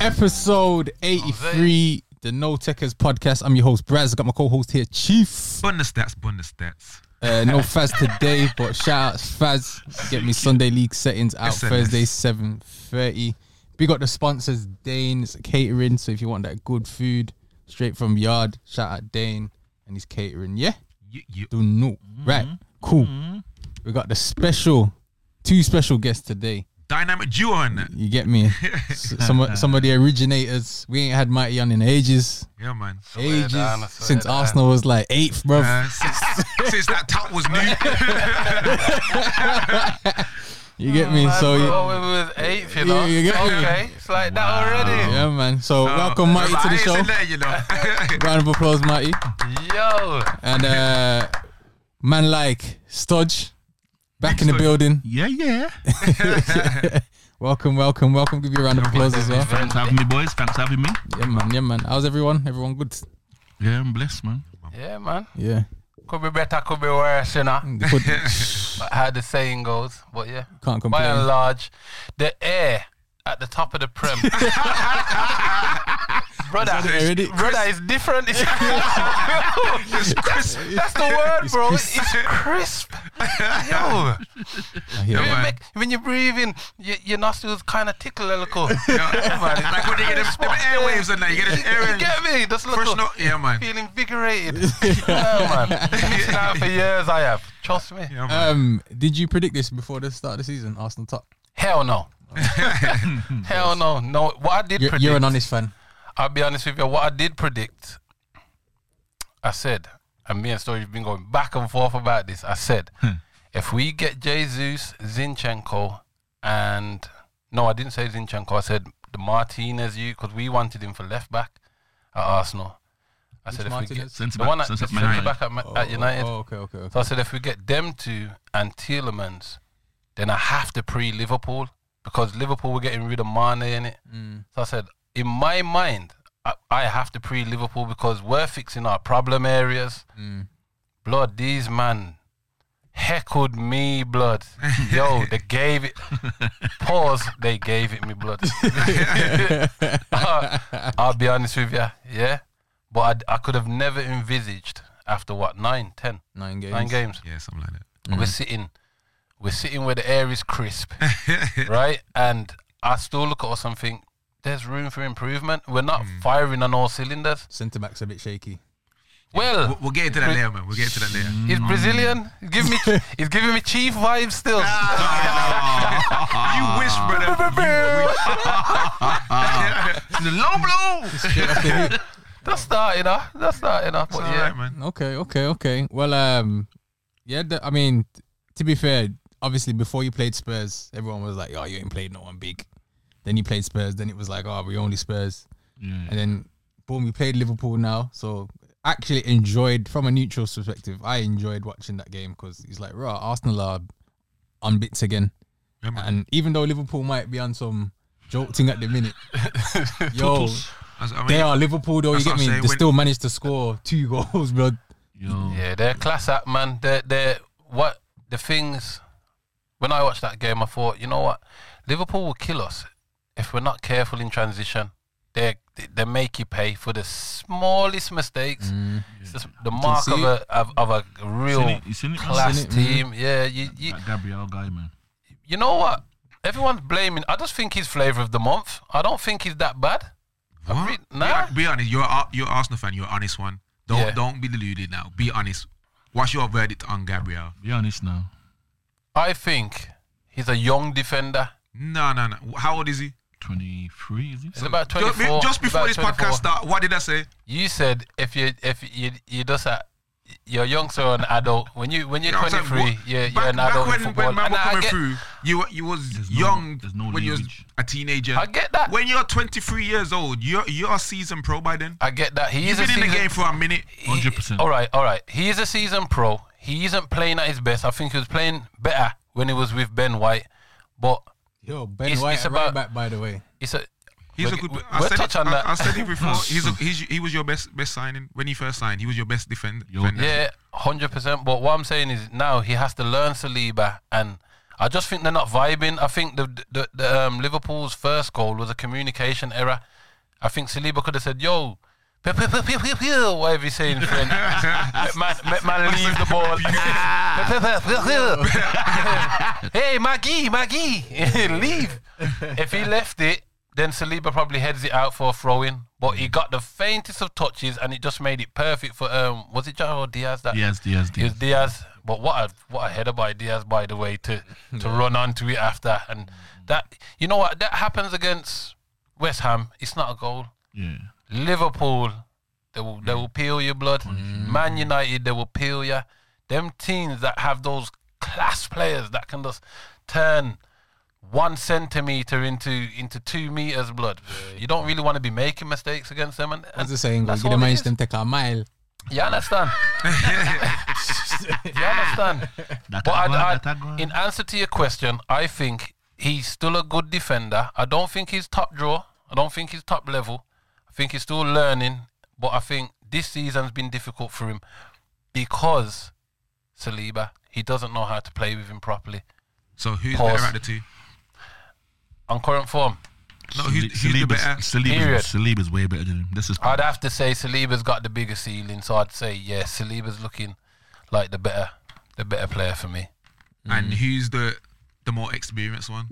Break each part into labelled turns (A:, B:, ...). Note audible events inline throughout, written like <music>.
A: Episode 83, the No Techers podcast. I'm your host, Braz. I got my co host here, Chief.
B: Bonus stats, bonus stats.
A: Uh, no Faz today, but shout out Faz. Get me Sunday League settings out
B: SNS.
A: Thursday, 7.30. We got the sponsors, Dane's Catering. So if you want that good food straight from Yard, shout out Dane and his catering. Yeah?
B: You, you,
A: Do no. Right. Cool. We got the special, two special guests today.
B: dynamic duo on that.
A: You get me? S- some of- some of the originators. We ain't had Mighty on in ages,
B: Yeah, man.
A: ages
C: down, I swear
A: since
C: down.
A: Arsenal was like eighth, bro.
B: Uh, since, since that tap was new,
A: you get me?
C: Like,
A: So
C: bro,
A: yeah,
C: when we was eighth, you
A: Yeah,
C: know.
A: you get me?
C: okay, it's like that already.
A: yeah, man. So <laughs> welcome Mighty
B: But
A: to
B: I
A: the
B: ain't
A: show.
B: seen that, you know. <laughs>
A: Round of applause, Mighty,
C: Yo,
A: and uh, man like Stodge, back in the
B: Stodge.
A: building.
D: Yeah, yeah.
A: Welcome, welcome, welcome. Give you a round of applause as well.
D: Thanks for having me, boys. Thanks for having me.
A: Yeah, man. Yeah, man. How's everyone? Everyone good?
D: Yeah, I'm blessed, man.
C: yeah, man.
A: Yeah.
C: Could be better, could be worse, you know.
A: Good.
C: But how the saying goes, but yeah.
A: Can't
C: By and
A: complain.
C: large, the air at the top of the
A: <laughs>
C: prem. <laughs> brother,
A: already?
C: brother is
A: <laughs>
C: different. It's crisp.
B: It's crisp.
C: That's the word,
A: It's
C: bro. It's
A: crisp.
C: crisp. Yo,
A: I hear
B: Yeah,
A: it.
C: you
B: man.
C: make- when you breathe in, your, your nostrils kind of tickle a little.
B: You know, like when you get them, them airwaves on that, you get them
C: <laughs> You
B: airwaves.
C: get me? That's
B: Fresh
C: little.
B: note, yeah, man.
C: feel invigorated. <laughs> yeah, man. Missing out for years, I have. Trust me.
B: Yeah, man.
A: Um, did you predict this before the start of the season? Arsenal top.
C: Hell no.
D: <laughs>
C: Hell no. No, what I did
A: You're,
C: predict.
A: you're an honest fan.
C: I'll be honest with you. What I did predict, I said, and me and Story have been going back and forth about this. I said,
D: Hmm.
C: if we get Jesus, Zinchenko, and no, I didn't say Zinchenko. I said the Martinez, you because we wanted him for left back at Arsenal. I said if we get
A: Martinez?
C: the
D: Centre back.
C: one at,
D: centre back.
C: centre back at, Ma-
A: Oh,
C: at United.
A: Oh, okay, okay, okay.
C: So I said, if we get them two and Tielemans, then I have to pre Liverpool because Liverpool were getting rid of Mane in it. So I said, in my mind, I, I have to pre Liverpool because we're fixing our problem areas. Blood, these man heckled me, blood. Yo, they gave it. Pause. They gave it me, blood. <laughs> I'll be honest with you, yeah. But I, I could have never envisaged after what nine, ten,
A: Nine games.
C: nine games.
B: Yeah, something like that.
C: We're sitting, we're sitting where the air
B: <laughs>
C: is crisp, right? And I still look at us and think there's room for improvement. We're not
B: Mm.
C: firing on all cylinders.
A: Centre backs a bit shaky.
C: Well,
B: We'll, we'll get into that later, man. We'll get into that later.
D: Mm.
C: he's Brazilian. Give me, he's giving me chief vibes still.
B: <laughs> Ah. you wish,
D: <laughs>
B: brother. <laughs>
D: the low blow.
A: Straight off the hoop.
C: <laughs> That's that, you know. That's that, you know. But
B: All
C: yeah,
B: right, man.
A: okay, okay, okay. Well, um, yeah. The, I mean, t- to be fair, obviously before you played Spurs, everyone was like, "Oh, you ain't played no one big." Then you played Spurs. Then it was like, "Oh, we only Spurs."
D: Yeah.
A: And then boom, we played Liverpool now. So actually enjoyed from a neutral perspective. I enjoyed watching that game because it's like, right, Arsenal are on bits again.
B: Yeah, man.
A: And even though Liverpool might be on some jolting at the
B: <laughs>
A: minute, yo,
B: That's- I mean,
A: they are Liverpool though. You
B: That's
A: get
B: what I'm
A: me?
B: saying,
A: They
B: when-
A: still managed to score two <laughs> goals, bro.
D: Yo.
C: yeah, they're class act, man. They're they're what the things. When I watched that game, I thought, you know what, Liverpool will kill us if we're not careful in transition. They they make you pay for the smallest mistakes. It's just the mark
A: see
C: of
A: it.
C: a of, of a real
D: Seen it, you seen it, man?
C: class
A: Seen it, mm.
C: team. Yeah, you, you
D: That Gabriel guy, man.
C: you know what? Everyone's blaming. I just think he's flavor of the month. I don't think he's that bad. I
B: What?
C: re-
B: Be
C: nah.
B: hon- Be honest. You're a- you're an Arsenal fan. You're an honest one. Don't
C: Yeah.
B: don't be deluded now. Be honest. What's your verdict on Gabriel?
D: Be honest now.
C: I think he's a young defender.
B: No, no, no. How old is he?
D: 23, is it?
C: He's about
B: Ju-
C: 24.
B: Just before
C: about
B: this
C: 24.
B: podcast start, what did I say?
C: you said if you if you you just a you're youngster or an adult when you when you're
B: You know what I'm
C: 23
B: saying? What-
C: you're,
B: back,
C: you're an
B: back
C: adult in
B: when,
C: football
B: when man
C: and
B: were
C: I,
B: coming
C: get,
B: through, you were- you was
D: There's no-
B: young
D: there's no
B: when you was
D: leverage.
B: a teenager.
C: I get that
B: when you're 23 years old, you're you're a season pro by then.
C: I get that he
B: You've
C: is a
B: been in
C: season,
B: the game for a minute.
C: he-
D: 100%.
C: all right all right he is a season pro he isn't playing at his best I think he was playing better when he was with Ben White but
A: Yo, Ben
C: It's-
A: White
C: it's
A: at right
C: about-
A: back, by the way.
C: it's a
B: He's a
C: we'll-
B: good.
C: we'll,
B: I
C: we'll
B: said
C: touch
B: it,
C: on
B: I-
C: that
B: I, said it
C: <laughs>
B: before. He's a, he's, he was your best best signing when he first signed. He was your best defend-
D: Yo.
B: defender.
C: Yeah, hundred percent. But what I'm saying is now he has to learn Saliba, and I just think they're not vibing. I think the the, the um, Liverpool's first goal was a communication error. I think Saliba could have said, "Yo." Pew, pew, pew, pew, pew, pew, whatever he's saying, friend. let man, let man leave the ball. Ah. Pew, pew, pew, pew, pew. hey, Maggie, <laughs> Maggie, leave. If he left it, then Saliba probably heads it out for a throw in. But he got the faintest of touches, and it just made it perfect for um. Was it Jao or Diaz that
D: Yes, yes,
C: it was
D: yes.
C: Diaz. But what a what a header by Diaz, by the way, to to run onto it after, and that you know what that happens against West Ham. It's not a goal.
D: Yeah.
C: Liverpool, they will they will peel your blood. Man United, they will peel you. Them teams that have those class players that can just turn one centimeter into into two meters blood. You don't really want to be making mistakes against them. And, and
A: As the saying goes,
C: that's
A: get a
C: all it
A: man
C: is.
A: stem take a mile.
C: You understand? <laughs> you understand?
D: That
C: But
D: a go,
C: I,
D: that a go.
C: I, in answer to your question, I think he's still a good defender. I don't think he's top draw. I don't think he's top level. I think he's still learning. But I think this season's been difficult for him because Saliba, he doesn't know how to play with him properly.
B: So who's
C: Pause.
B: better at the two?
C: On current form,
B: No, who's,
D: Sali-
B: who's the
D: Saliba's-
B: better?
D: Saliba's,
C: Period.
D: Saliba's way better than him. This is
C: I'd have to say Saliba's got the bigger ceiling. So I'd say, yeah, Saliba's looking like the better, the better player for me. Mm.
B: And who's the the more experienced one?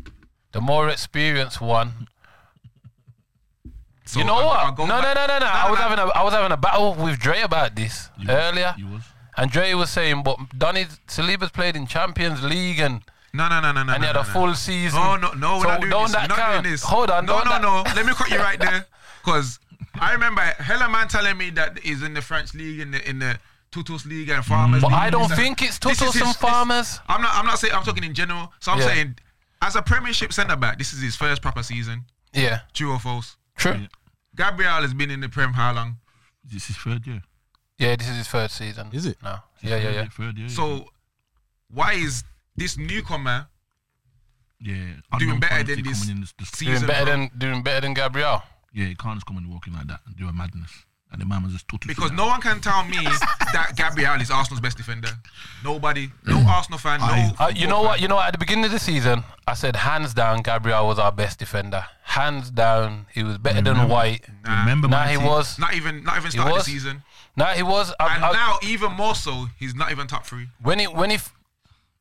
C: The more experienced one.
B: So
C: you know
B: I'll- I'll
C: what?
B: go
C: No, no, no,
B: back-
C: no, no, I was having a I was having a battle with Dre about this
D: You was-
C: earlier,
D: You was.
C: and Dre was saying, "But Donny Saliba's played in Champions League and
B: No, no, no, no, no.
C: and he
B: no,
C: had a
B: no. Oh,
C: full season."
B: No, no, no.
C: So
B: we're not doing
C: don't
B: this.
C: that
B: we're not
C: count?
B: doing this.
C: Hold on.
B: No,
C: don't
B: no,
C: that-
B: no.
C: <laughs>
B: Let me cut you right there, because I remember hella man telling me that he's in the French league, in the in the Tutus league and Farmers.
C: But
B: league.
C: I don't
B: This-
C: think it's
B: this is
C: Tutus
B: his-
C: and
B: this-
C: Farmers.
B: I'm not. I'm not saying. I'm talking in general. So I'm
C: Yeah.
B: saying, as a Premiership centre back, this is his first proper season.
C: Yeah,
B: True or false?
C: true.
B: Gabriel has been in the Prem how long?
C: Mm.
D: This is third year.
C: Yeah, this is his third season.
A: Is it?
C: No. Yeah, yeah, yeah.
D: Third year.
B: So why is this newcomer
D: yeah,
B: doing
D: unknown
B: better
D: quality
B: than this
D: coming in this, this
B: season?
C: Doing better
B: bro?
C: than doing better than Gabriel.
D: Yeah, you can't just come and walk in like that and do a madness. And the man was just talking.
B: because no one can tell me that Gabriel is Arsenal's best defender. Nobody, no
C: Hmm.
B: Arsenal fan, no.
C: Uh, you know what? You know what? At the beginning of the season, I said hands down, Gabriel was our best defender. Hands down, he was better than
D: Remember-
C: White.
D: remember,
C: Nah,
D: Man
C: he
D: City-
C: was.
B: Not even, not even started the
C: was.
B: season,
C: Nah, he was. I,
B: and
C: I-
B: now even more so, he's not even top three.
C: when he when he f-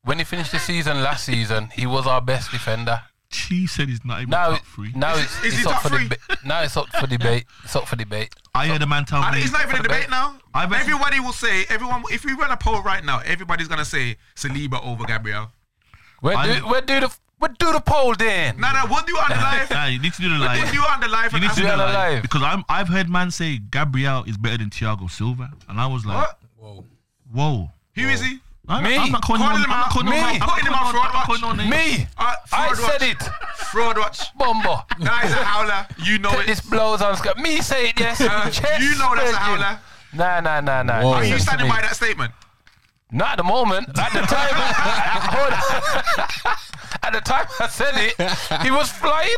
C: when he finished the season last season, he was our best defender.
D: She said he's not even
C: Now,
D: top three.
C: now
B: Is
C: it's,
B: he- is he
C: it's up
B: top
C: for
B: three?
C: debate. Now it's up for debate. It's up for debate.
D: I heard a man tell
C: Hmm.
B: And
D: me.
B: it's not even a
C: the
B: debate
C: best.
B: now.
D: I bet-
B: Everybody will say, everyone. If we run a poll right now, everybody's gonna say Saliba over Gabriel.
C: Where
D: I'm-
C: do where do the where do the poll then?
B: No, no. What do uh, you on the live?
C: <laughs>
D: Nah, you need to do the
B: What
D: live.
B: do you on the live?
D: You need to do
C: Gabriel
D: the live
C: alive.
D: because I'm. I've heard man say Gabriel is better than Thiago Silva, and I was like,
B: What?
A: Whoa.
D: whoa.
B: Who is he?
D: I'm,
C: Me?
D: I'm not calling
B: Calling
D: him.
B: him
D: I'm not
B: out.
D: calling him.
C: Me?
D: out. I'm
B: Calling him out
D: not
B: fraud watch.
D: calling him. out.
C: Me,
B: Uh,
C: I
B: fraud
C: said
B: watch.
C: it.
B: Fraud watch.
C: Bombo.
B: That is a howler. You know
C: Take
B: it.
C: this blows on sc- Me say it
B: <laughs>
C: yes.
B: Uh, <laughs>
C: Chest
B: you know that's a
C: virgin.
B: howler.
C: Nah, nah, nah, nah.
A: Whoa.
B: Are you
C: Listen to
B: standing
C: me.
B: by that statement? <laughs>
C: Not at the moment. At the time, <laughs> hold on. <laughs> At the time I said it, he was flying.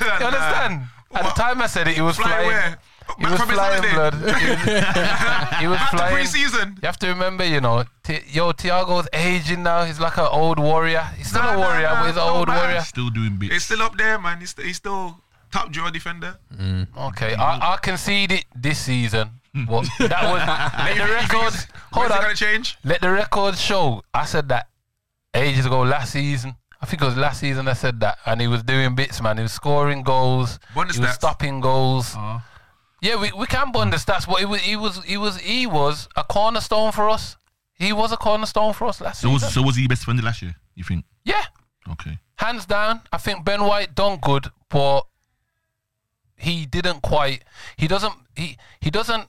C: You understand? At
B: What?
C: the time I said it, he was
B: Fly
C: flying.
B: where?
C: He
B: Back
C: was
B: from his
C: flying,
B: holiday? <laughs>
C: blood. He was- He was
B: Back to
C: flying.
B: pre-season.
C: You have to remember, you know, Ti yo, Thiago's aging now. He's like an old warrior. He's still
B: Nah,
C: a
B: nah,
C: warrior,
B: nah,
C: but he's an
B: no,
C: old
B: man.
C: warrior.
D: Still doing bits.
B: It's still up there, man. He's, he's still top draw defender.
C: Okay, I, I concede it this season.
B: Hmm.
C: But that
B: <laughs>
C: was let the record.
B: When's
C: Hold
B: it
C: on,
B: gonna change?
C: Let the record show. I said that ages ago, last season. I think it was last season I said that, and he was doing bits, man. He was scoring goals.
B: Bonus
C: he was
B: stats.
C: stopping goals.
D: Uh,
C: Yeah, we, we can bond the stats, but he was he was he was he was a cornerstone for us. He was a cornerstone for us last
D: so was
C: season.
D: so was he best friend last year? You think?
C: yeah,
D: Okay.
C: hands down. I think Ben White done good, but he didn't quite. He doesn't. He he doesn't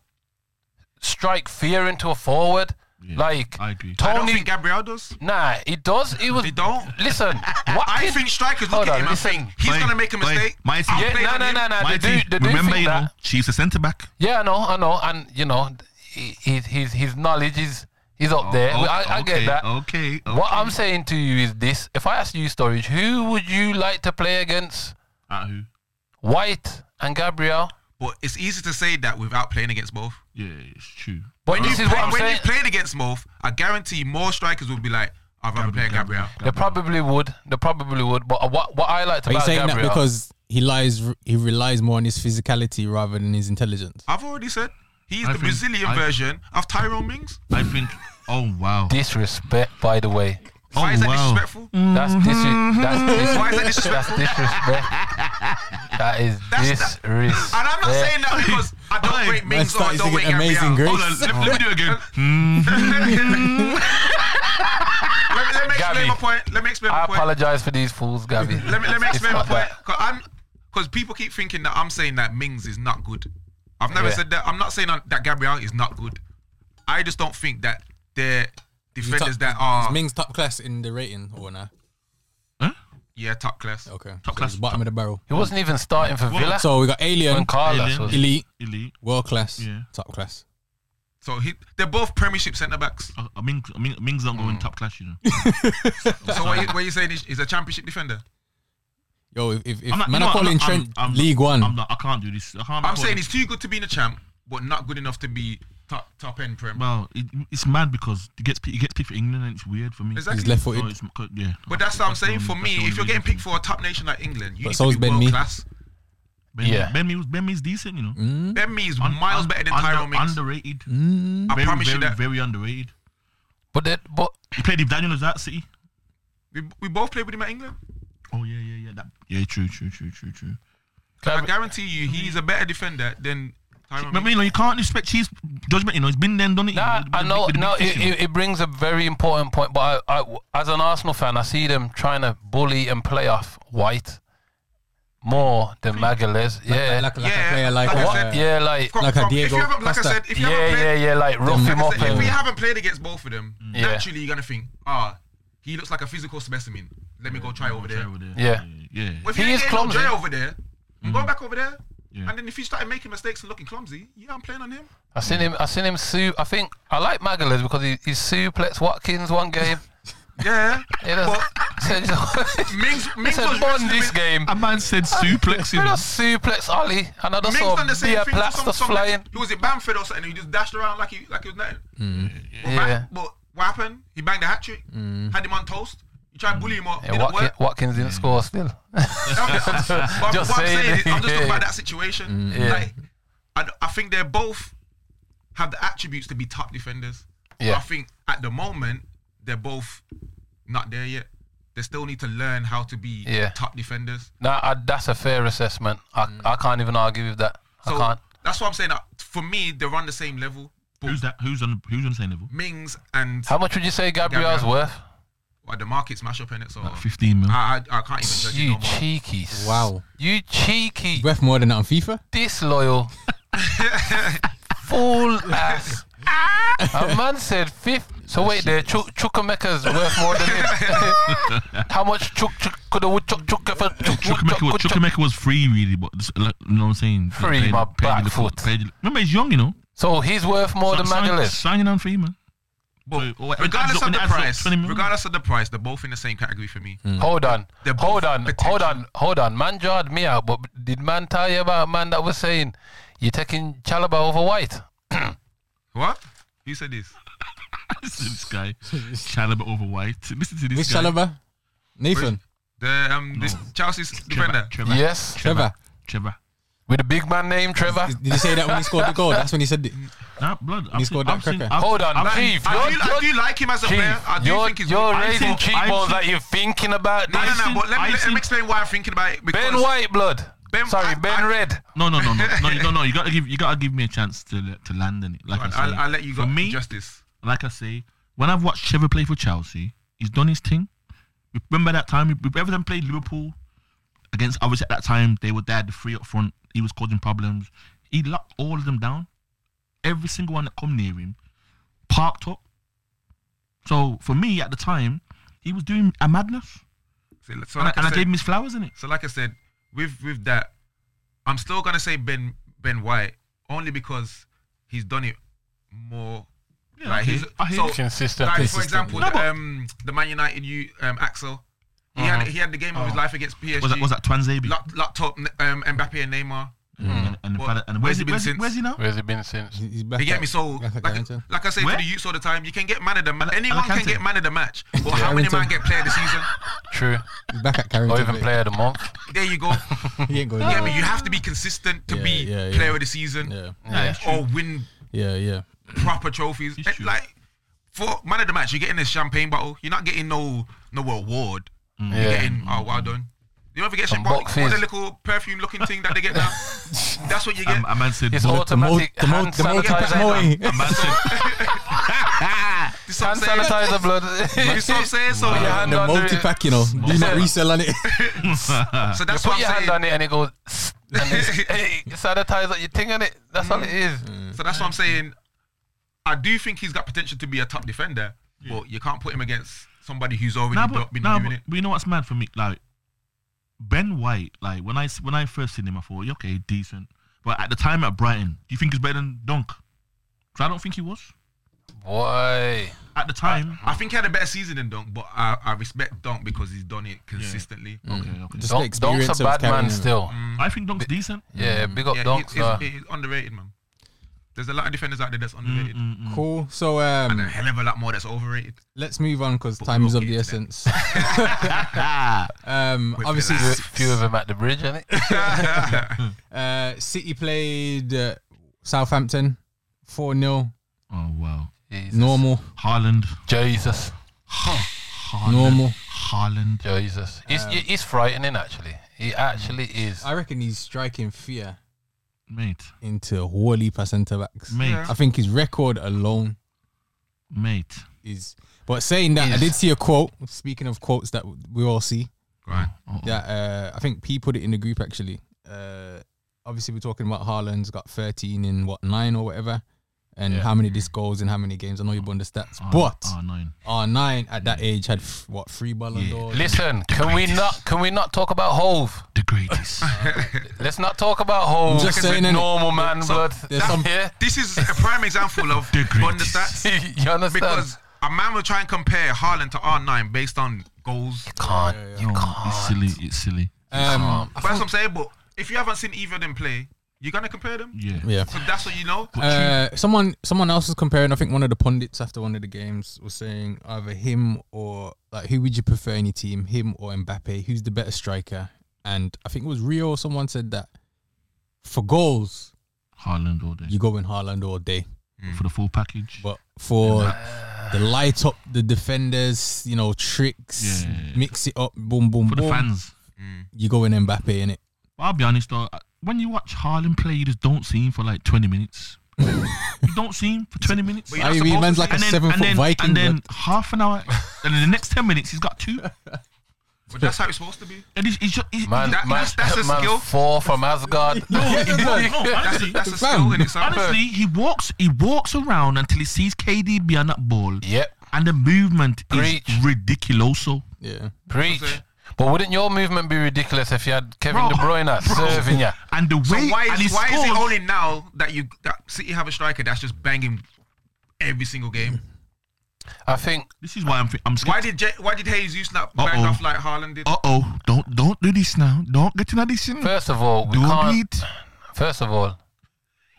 C: strike fear into a forward
D: Yeah,
C: like
D: I agree.
B: I don't
C: Tony.
B: think Gabriel does.
C: Nah, he does. He was.
B: He don't.
C: Listen, what
B: <laughs> I
C: did-
B: think strikers look
C: Hold
B: at
C: on,
B: him and
C: listen.
B: think he's
D: Wait,
B: gonna make a
D: wait,
B: mistake.
D: my team-
B: I'll
D: Yeah,
B: play
C: no,
B: on
C: no,
B: him.
C: no, no.
D: My
C: They do,
D: team,
C: they do
D: remember,
C: think
D: you know,
C: that.
D: Chiefs a centre back.
C: Yeah, I know, I know, and you know, he- his his his knowledge is is up there.
D: Oh,
C: I, I get
D: okay,
C: that.
D: Okay. okay.
C: What I'm saying to you is this: If I ask you, Storage, who would you like to play against?
D: At who?
C: White and Gabriel.
B: But it's easy to say that without playing against both.
D: Yeah, it's true.
C: But
B: When
C: this
B: you
C: is what
B: play-
C: I'm
B: when you
C: saying.
B: played against both, I guarantee more strikers will be like, I'd rather play Gabriel.
C: They probably would. They probably would. But uh, what what I liked
A: Are you
C: about
A: saying
C: Gabriel,
A: that because he lies? He relies more on his physicality rather than his intelligence.
B: I've already said he's
D: I
B: the
D: think-
B: Brazilian
D: I-
B: version of Tyrone Mings.
D: I think. Oh wow.
C: disrespect, by the way,
D: Oh
B: Why is that
D: wow.
B: disrespectful?
C: that's disrespect. That's dis-
B: Mm-hmm. Why is that
C: That's
B: disrespectful?
C: disrespect. that is
B: That's-
C: disrespect.
B: And I'm not saying that because I
D: Why?
B: don't rate Mings or
A: Let's
B: I
A: start
B: don't rate
A: singing Amazing
B: Gabriel.
A: Grace.
D: Hold on. Let, let me do it
B: <laughs>
D: again.
B: Let me, let me explain
C: Gabby.
B: my point. Let me explain
C: I
B: my point.
C: apologize for these fools, Gabby.
B: Let me let me
C: It's
B: explain my
C: not
B: point.
C: that.
B: Cause I'm because people keep thinking that I'm saying that Mings is not good. I've never
C: Yeah.
B: said that. I'm not saying that Gabriel is not good. I just don't think that they're defenders that are
A: Ming's top class in the rating or nah?
D: Huh?
B: yeah top class.
A: Okay,
D: Top
A: So
D: class,
A: it's bottom of the barrel.
C: He wasn't even starting for Villa
A: So we got Alien,
C: when Carlos
D: Alien.
C: was.
A: Elite,
D: Elite.
A: World Class,
D: Yeah.
A: Top Class.
B: So he, they're both Premiership centre backs.
D: I, I mean, I mean, Uh, Mings don't go
C: Mm.
D: in top clash, you know.
B: So what you, what you saying is he's a Championship defender?
A: Yo, if if, if
D: I'm not- you know what,
A: Manapoli
D: I'm
A: and
D: not- I'm-
A: Trent
D: I'm-
A: League One,
D: I'm not, I can't do this. I can't be
B: I'm saying
D: calling-
B: he's too good to be in the champ, but not good enough to be top top end Prem.
D: Well, it, it's mad because he gets pi- he gets picked for England and it's weird for me.
B: Exactly.
A: he's left
D: So
A: footed.
D: it's, yeah.
B: But that's what I'm saying.
D: the
B: For
D: only- that's
B: me,
D: the
B: if you're
D: only
B: getting
D: reason
B: picked for a top nation like England, you
A: But
B: need
A: so's
B: to be
A: Ben
B: world
A: Mee.
B: class.
D: Ben,
C: Yeah.
D: Ben Mee was Ben Mee's decent, you know.
B: Ben Mee's
D: Un-
B: miles
D: un-
B: better than
D: under-
B: Tyrone Mings.
D: Underrated.
B: I
D: Very,
B: promise
D: very,
B: you that.
D: very underrated.
C: But that, but
D: He played with Daniel at City.
B: We, we both played with him at England.
D: Oh yeah, yeah, yeah. That, yeah, true, true, true, true, true.
B: I
C: Gabri-
B: guarantee you, he's a better defender than Tyrone
D: But
B: Mings.
D: you know, you can't respect his judgment. You know, he's been there, and done it. you
C: Nah,
D: know, with the
C: I
D: big-
C: know.
D: with the
C: No,
D: big
C: it,
D: fish, you know.
C: it, it brings a very important point. But I, I, as an Arsenal fan, I see them trying to bully and play off White more than Magalhaes. Yeah,
A: like, like
B: Yeah,
A: a player like,
B: like I
A: uh,
B: said-
C: yeah, like
B: From-
A: Like a
B: from- if
A: Diego
B: you haven't, like I
A: Costa.
B: said, if you haven't
C: yeah,
B: played,
C: yeah, yeah, like rough him
B: Like
C: up
B: I said, if
C: and
B: we haven't played against both of them,
C: Yeah.
B: naturally you're gonna think, ah, he looks like a physical specimen. Let me go try over there.
D: Over there.
C: Yeah.
D: yeah,
B: Well, if
C: He
B: you
C: is
B: ain't getting no
C: clumsy. Mm-hmm.
B: joy over there, I'm going back over there.
D: Yeah.
B: And then if you start making mistakes and looking clumsy, yeah, I'm playing on him.
C: I seen him. I seen him. Sue. I think I like Magalhaes because he, he suplex Watkins one game.
B: Yeah.
C: He does- <laughs> said,
B: <laughs> Mings, Mings
C: said,
B: was
C: "Bun
B: wrestling
C: this
B: with-
C: game.
D: A man <laughs> said suplex.
C: We just suplex Ali, and I just
B: Mings
C: saw
B: done the same
C: Bia
B: thing. to some,
C: Plats
B: some
C: flying.
B: Who was it, Bamford or something? He just dashed around like he like he was nothing. But,
C: Mm. Yeah. Mm.
B: Bam- but what happened? He banged a hat trick. Had him on toast. You try and bully him up.
C: Yeah,
B: didn't
C: Watkin-
B: work.
C: Watkins didn't score still. <laughs>
B: but
C: Just
B: what I'm
C: saying
B: saying is,
C: it,
B: I'm just talking
C: yeah.
B: about that situation.
C: Yeah.
B: Like, I, I think they both have the attributes to be top defenders. But
C: Yeah.
B: I think at the moment they're both not there yet. They still need to learn how to be
C: Yeah.
B: top defenders.
C: Nah, I, that's a fair assessment. I, I can't even argue with that. I
B: Mm. So
C: can't.
B: that's what I'm saying. uh, For me, they're on the same level. But
D: Who's that? Who's on? Who's on the same level?
B: Mings and
C: How much would you say Gabriel's
B: Gabriel.
C: worth?
B: well, the markets mash up in it. So
D: Fifteen mil.
B: I, I I can't even judge it
C: You
B: no more.
C: cheeky. s-
A: Wow.
C: You cheeky,
A: worth more than that on FIFA.
B: <laughs>
C: disloyal, fool ass. A man said fifth. So wait there, Chuk- Chukwuemeka's worth more than him.
B: <laughs>
C: How much Chuk Chuk could have Chuk Chuk for Chuk Chuk
D: Chukwemeka was,
C: Chuk Chuk?
D: Chukwemeka was free, really, but this- like, you know what I'm saying?
C: Free,
D: Played-
C: my
D: played
C: back
D: the-
C: foot.
D: played the- remember, he's young, you know.
C: So he's worth more than
D: Sign-
C: Magalhaes.
D: Sign him on free, man.
B: But
D: So, it adds
B: regardless
D: up-
B: of
D: it
B: the
D: adds up
B: price,
D: 20 million.
B: regardless of the price, they're both in the same category for me.
C: Mm. Hold on.
B: They're
C: Hold
B: both
C: on. Hold
B: potential.
C: on. Hold on. Man jarred me out, but did man tell you about a man that was saying you're taking Chalaba over White?
B: What? You said this?
D: Listen to <laughs> this guy, Chalaba over White. Listen to this
A: Which
D: guy.
A: Chalaba? Nathan,
B: The um this Chelsea's defender.
D: Trevor, Trevor,
C: Yes.
A: Trevor.
D: Trevor.
C: With a big man named Trevor.
A: Did he say that when he scored the goal? That's when he said it.
D: Nah, blood. I've
A: scored
D: seen-
A: that
D: I've seen-
A: cracker.
D: I've-
C: Hold on,
D: I've-
C: Chief.
B: I do,
C: You're-
B: I do like him as a
C: Chief,
B: player. I do
C: you're,
B: think he's
C: you're
B: good.
D: I've
C: raising
D: seen-
C: cheekbones
D: I've
C: like you're thinking about
B: No,
C: this.
B: no,
D: seen-
B: no, but let me,
D: I've
B: let
D: seen-
B: me explain why I'm thinking about it. Because
C: Ben White blood.
B: Ben-
C: Sorry,
B: I-
C: Ben
B: I-
C: Red.
D: No, no, no, no, no, you- no, no. You gotta give, you gotta give me a chance to let- to land in it. Like I
B: I'll,
D: say,
B: I'll, I'll let you
D: For
B: go.
D: me,
B: justice.
D: like I say, when I've watched Trevor play for Chelsea, he's done his thing. Remember that time we, we- every time played Liverpool against obviously at that time they were there the three up front. He was causing problems. He locked all of them down. Every single one that come near him, parked up. So for me at the time, he was doing a madness,
B: So, so
D: and, I,
B: like
D: and
B: I
D: I
B: said,
D: gave him his flowers in it.
B: so like I said, with with that, I'm still gonna say Ben Ben White only because he's done it more.
D: Yeah, I hear-
B: he's,
D: I hear
B: so,
D: you.
C: Consistent.
B: like for
A: Consistent,
B: example,
D: yeah. No, but-
B: um, the Man United you um, Axel, he had he had the game of his life against PSG.
D: Was Uh-huh. that was that Twanzebe?
B: locked, locked up n- um, Mbappe and Neymar.
D: And, and, the
B: Well,
D: fella- and
B: where's
D: where's,
B: he
D: he,
B: been
D: where's, he,
B: since?
D: where's he now?
C: Where's it been since?
A: He's back
B: You get
A: at-
B: me? So,
A: back at
B: like,
A: Carrington.
B: like I say to
D: Where?
B: the youths all the time, you can get man of the match. Anyone can
D: Alicante.
B: get man of the match. But how many
A: Carrington.
B: man get player of the season?
C: True.
A: He's back at
C: Or
A: Carrington.
C: even
A: mate.
C: player of the month.
B: There
A: <laughs>
B: you go.
A: He ain't going
B: You get
A: nowhere.
B: me? You have to be consistent to
A: Yeah,
B: be
A: yeah, yeah.
B: player of the season
A: Yeah,
D: Nah,
C: Yeah.
D: it's
B: or win
A: yeah, yeah.
B: proper trophies.
D: It's
B: Eh,
D: true.
B: Like for man of the match, you're getting a champagne bottle. You're not getting no no award. You're
C: Yeah.
B: getting oh well done. You ever get
C: Some
B: champagne?
C: boxes.
B: What the little perfume looking thing that they
A: <laughs>
B: get now? That's what you get.
D: Um, a man said,
C: It's
D: "Well,
C: automatic
A: the mo-
C: hand
A: the mo- <laughs>
C: sanitizer.
A: the mo-
D: a man said,
B: This is what I'm
C: Hand
B: saying. <laughs>
C: sanitizer, blood.
B: This is what I'm saying. So,
C: Put your hand
A: The
C: under
A: multi
C: it.
A: pack, you know, do not resell on it. <laughs>
D: <laughs>
B: <laughs> so that's
C: <laughs> Put
B: what
C: your
B: I'm
C: hand
B: saying.
C: on it and it goes. <laughs> And
B: <laughs>
C: it's, hey, sanitizer, you ting on it. That's
B: Mm.
C: all it is.
B: So that's what I'm saying. I do think he's got potential to be a top defender, but you can't put him against somebody who's already
D: nah,
B: do-
D: but,
B: been
D: nah,
B: doing
D: but,
B: it.
D: but you know what's mad for me? Like Ben White, like when I s- when I first seen him, I thought, "Yeah, okay, decent. But at the time at Brighton, do you think he's better than Dunk? 'Cause I don't think he was
C: Boy.
D: at the time.
B: I think he had a better season than Dunk, but I, I respect Dunk because he's done it consistently.
D: okay, okay.
A: Just the
C: Don't,
A: experience
C: Donk's a
A: of
C: bad
A: carrying Mm.
C: man
A: it.
C: still.
D: I think Dunk's decent.
C: Yeah, big up
B: Yeah,
C: Donks.
B: he,
C: nah.
B: he's, he's underrated, man. There's a lot of defenders out there that's underrated,
A: Cool. So
B: and a
A: um,
B: hell of a lot more that's overrated.
A: let's move on because time
B: we'll
A: is of
B: get
A: the
B: to
C: <laughs>
A: essence. um,
B: With
A: obviously,
B: the
C: Few- Few of them at the bridge, ain't it?
A: uh, City played uh, Southampton four 0
D: Oh wow,
C: Jesus.
A: Normal,
D: Haaland,
C: Jesus.
D: Haaland,
A: normal.
D: Haaland.
C: Jesus. He's, he's frightening, actually. He actually is.
A: I reckon he's striking fear
D: mate,
A: into a whole heap of centre backs.
D: mate,
B: Yeah.
A: I think his record alone
D: mate.
A: is. But saying that, I
C: Is-
A: did see a quote. Speaking of quotes that we all see,
B: Right.
D: Oh,
A: that uh, I think P put it in the group actually. Uh, obviously, we're talking about Haaland's got 13 in what nine or whatever, and
C: Yeah.
A: how many this goals in how many games. I know you bond the stats,
D: oh,
A: but
D: oh, nine.
A: our nine at that age had f- what three Ballon
D: Yeah.
A: d'Ors.
C: Listen, can we not can we not talk about Hove?
D: the greatest.
C: Let's not talk about Hove.
A: Just saying, innit?
C: normal man,
B: So,
C: but
A: there's some-
C: <laughs> yeah,
B: This is a prime example of
D: <laughs> The greatest.
B: Bond the
C: <laughs>
B: stats
C: you understand?
B: because a man will try and compare Haaland to R9 based on goals.
C: can't.
D: No, it's silly. It's silly.
A: Um,
B: But that's what I'm saying. But if you haven't seen either of them play, you're gonna compare them.
D: Yeah.
A: yeah.
B: So that's what you know.
A: Uh, someone someone else was comparing. I think one of the pundits after one of the games was saying either him or like who would you prefer in your team, him or Mbappe? Who's the better striker? And I think it was Rio. or Someone said that for goals
D: Haaland all day
A: you go in Haaland all day,
D: for the full package.
A: but for the light up the defenders, you know tricks,
D: Yeah, yeah, yeah.
A: mix it up, boom boom
D: for the
A: boom.
D: fans.
A: You go in Mbappe in it.
D: But I'll be honest though, uh, when you watch Haaland play, you just don't see him for like 20 minutes. you don't see him for 20 minutes.
B: But You're
A: I
B: not
A: mean,
B: supposed
A: man's
B: to
A: like a
B: see
D: and then,
A: seven
D: and
A: foot
D: then,
A: Viking.
D: and then
A: but
D: half an hour, and in the next 10 minutes, he's got two.
B: But that's how it's supposed to be.
D: And he's, he's, just, he's,
C: Man,
B: That-
C: man,
B: that's- that's a
C: man
B: skill.
C: four
B: <laughs>
C: from Asgard.
D: no,
C: <laughs>
D: no, no, honestly,
B: That's a
A: Fam.
B: skill in itself.
D: honestly, he walks he walks around until he sees KD behind that ball,
C: Yep,
D: and the movement
C: Preach.
D: is ridiculoso.
A: yeah,
C: preach.
B: Okay.
C: But wouldn't your movement be ridiculous if you had Kevin
D: Bro,
C: De Bruyne
D: bro.
C: serving you?
D: And the way
B: So why
D: and he
B: is, why is it
D: scores-
B: only now that you that City have a striker that's just banging every single game?
C: I think
D: This is why I'm I'm
B: Why
D: scared.
B: did J, why did Hayes use not bang
D: Uh-oh.
B: off like Haaland did?
D: Uh oh! Don't don't do this now. Don't get into this. you know.
C: first of all, we
D: Don't do
C: can't.
D: it.
C: First of all,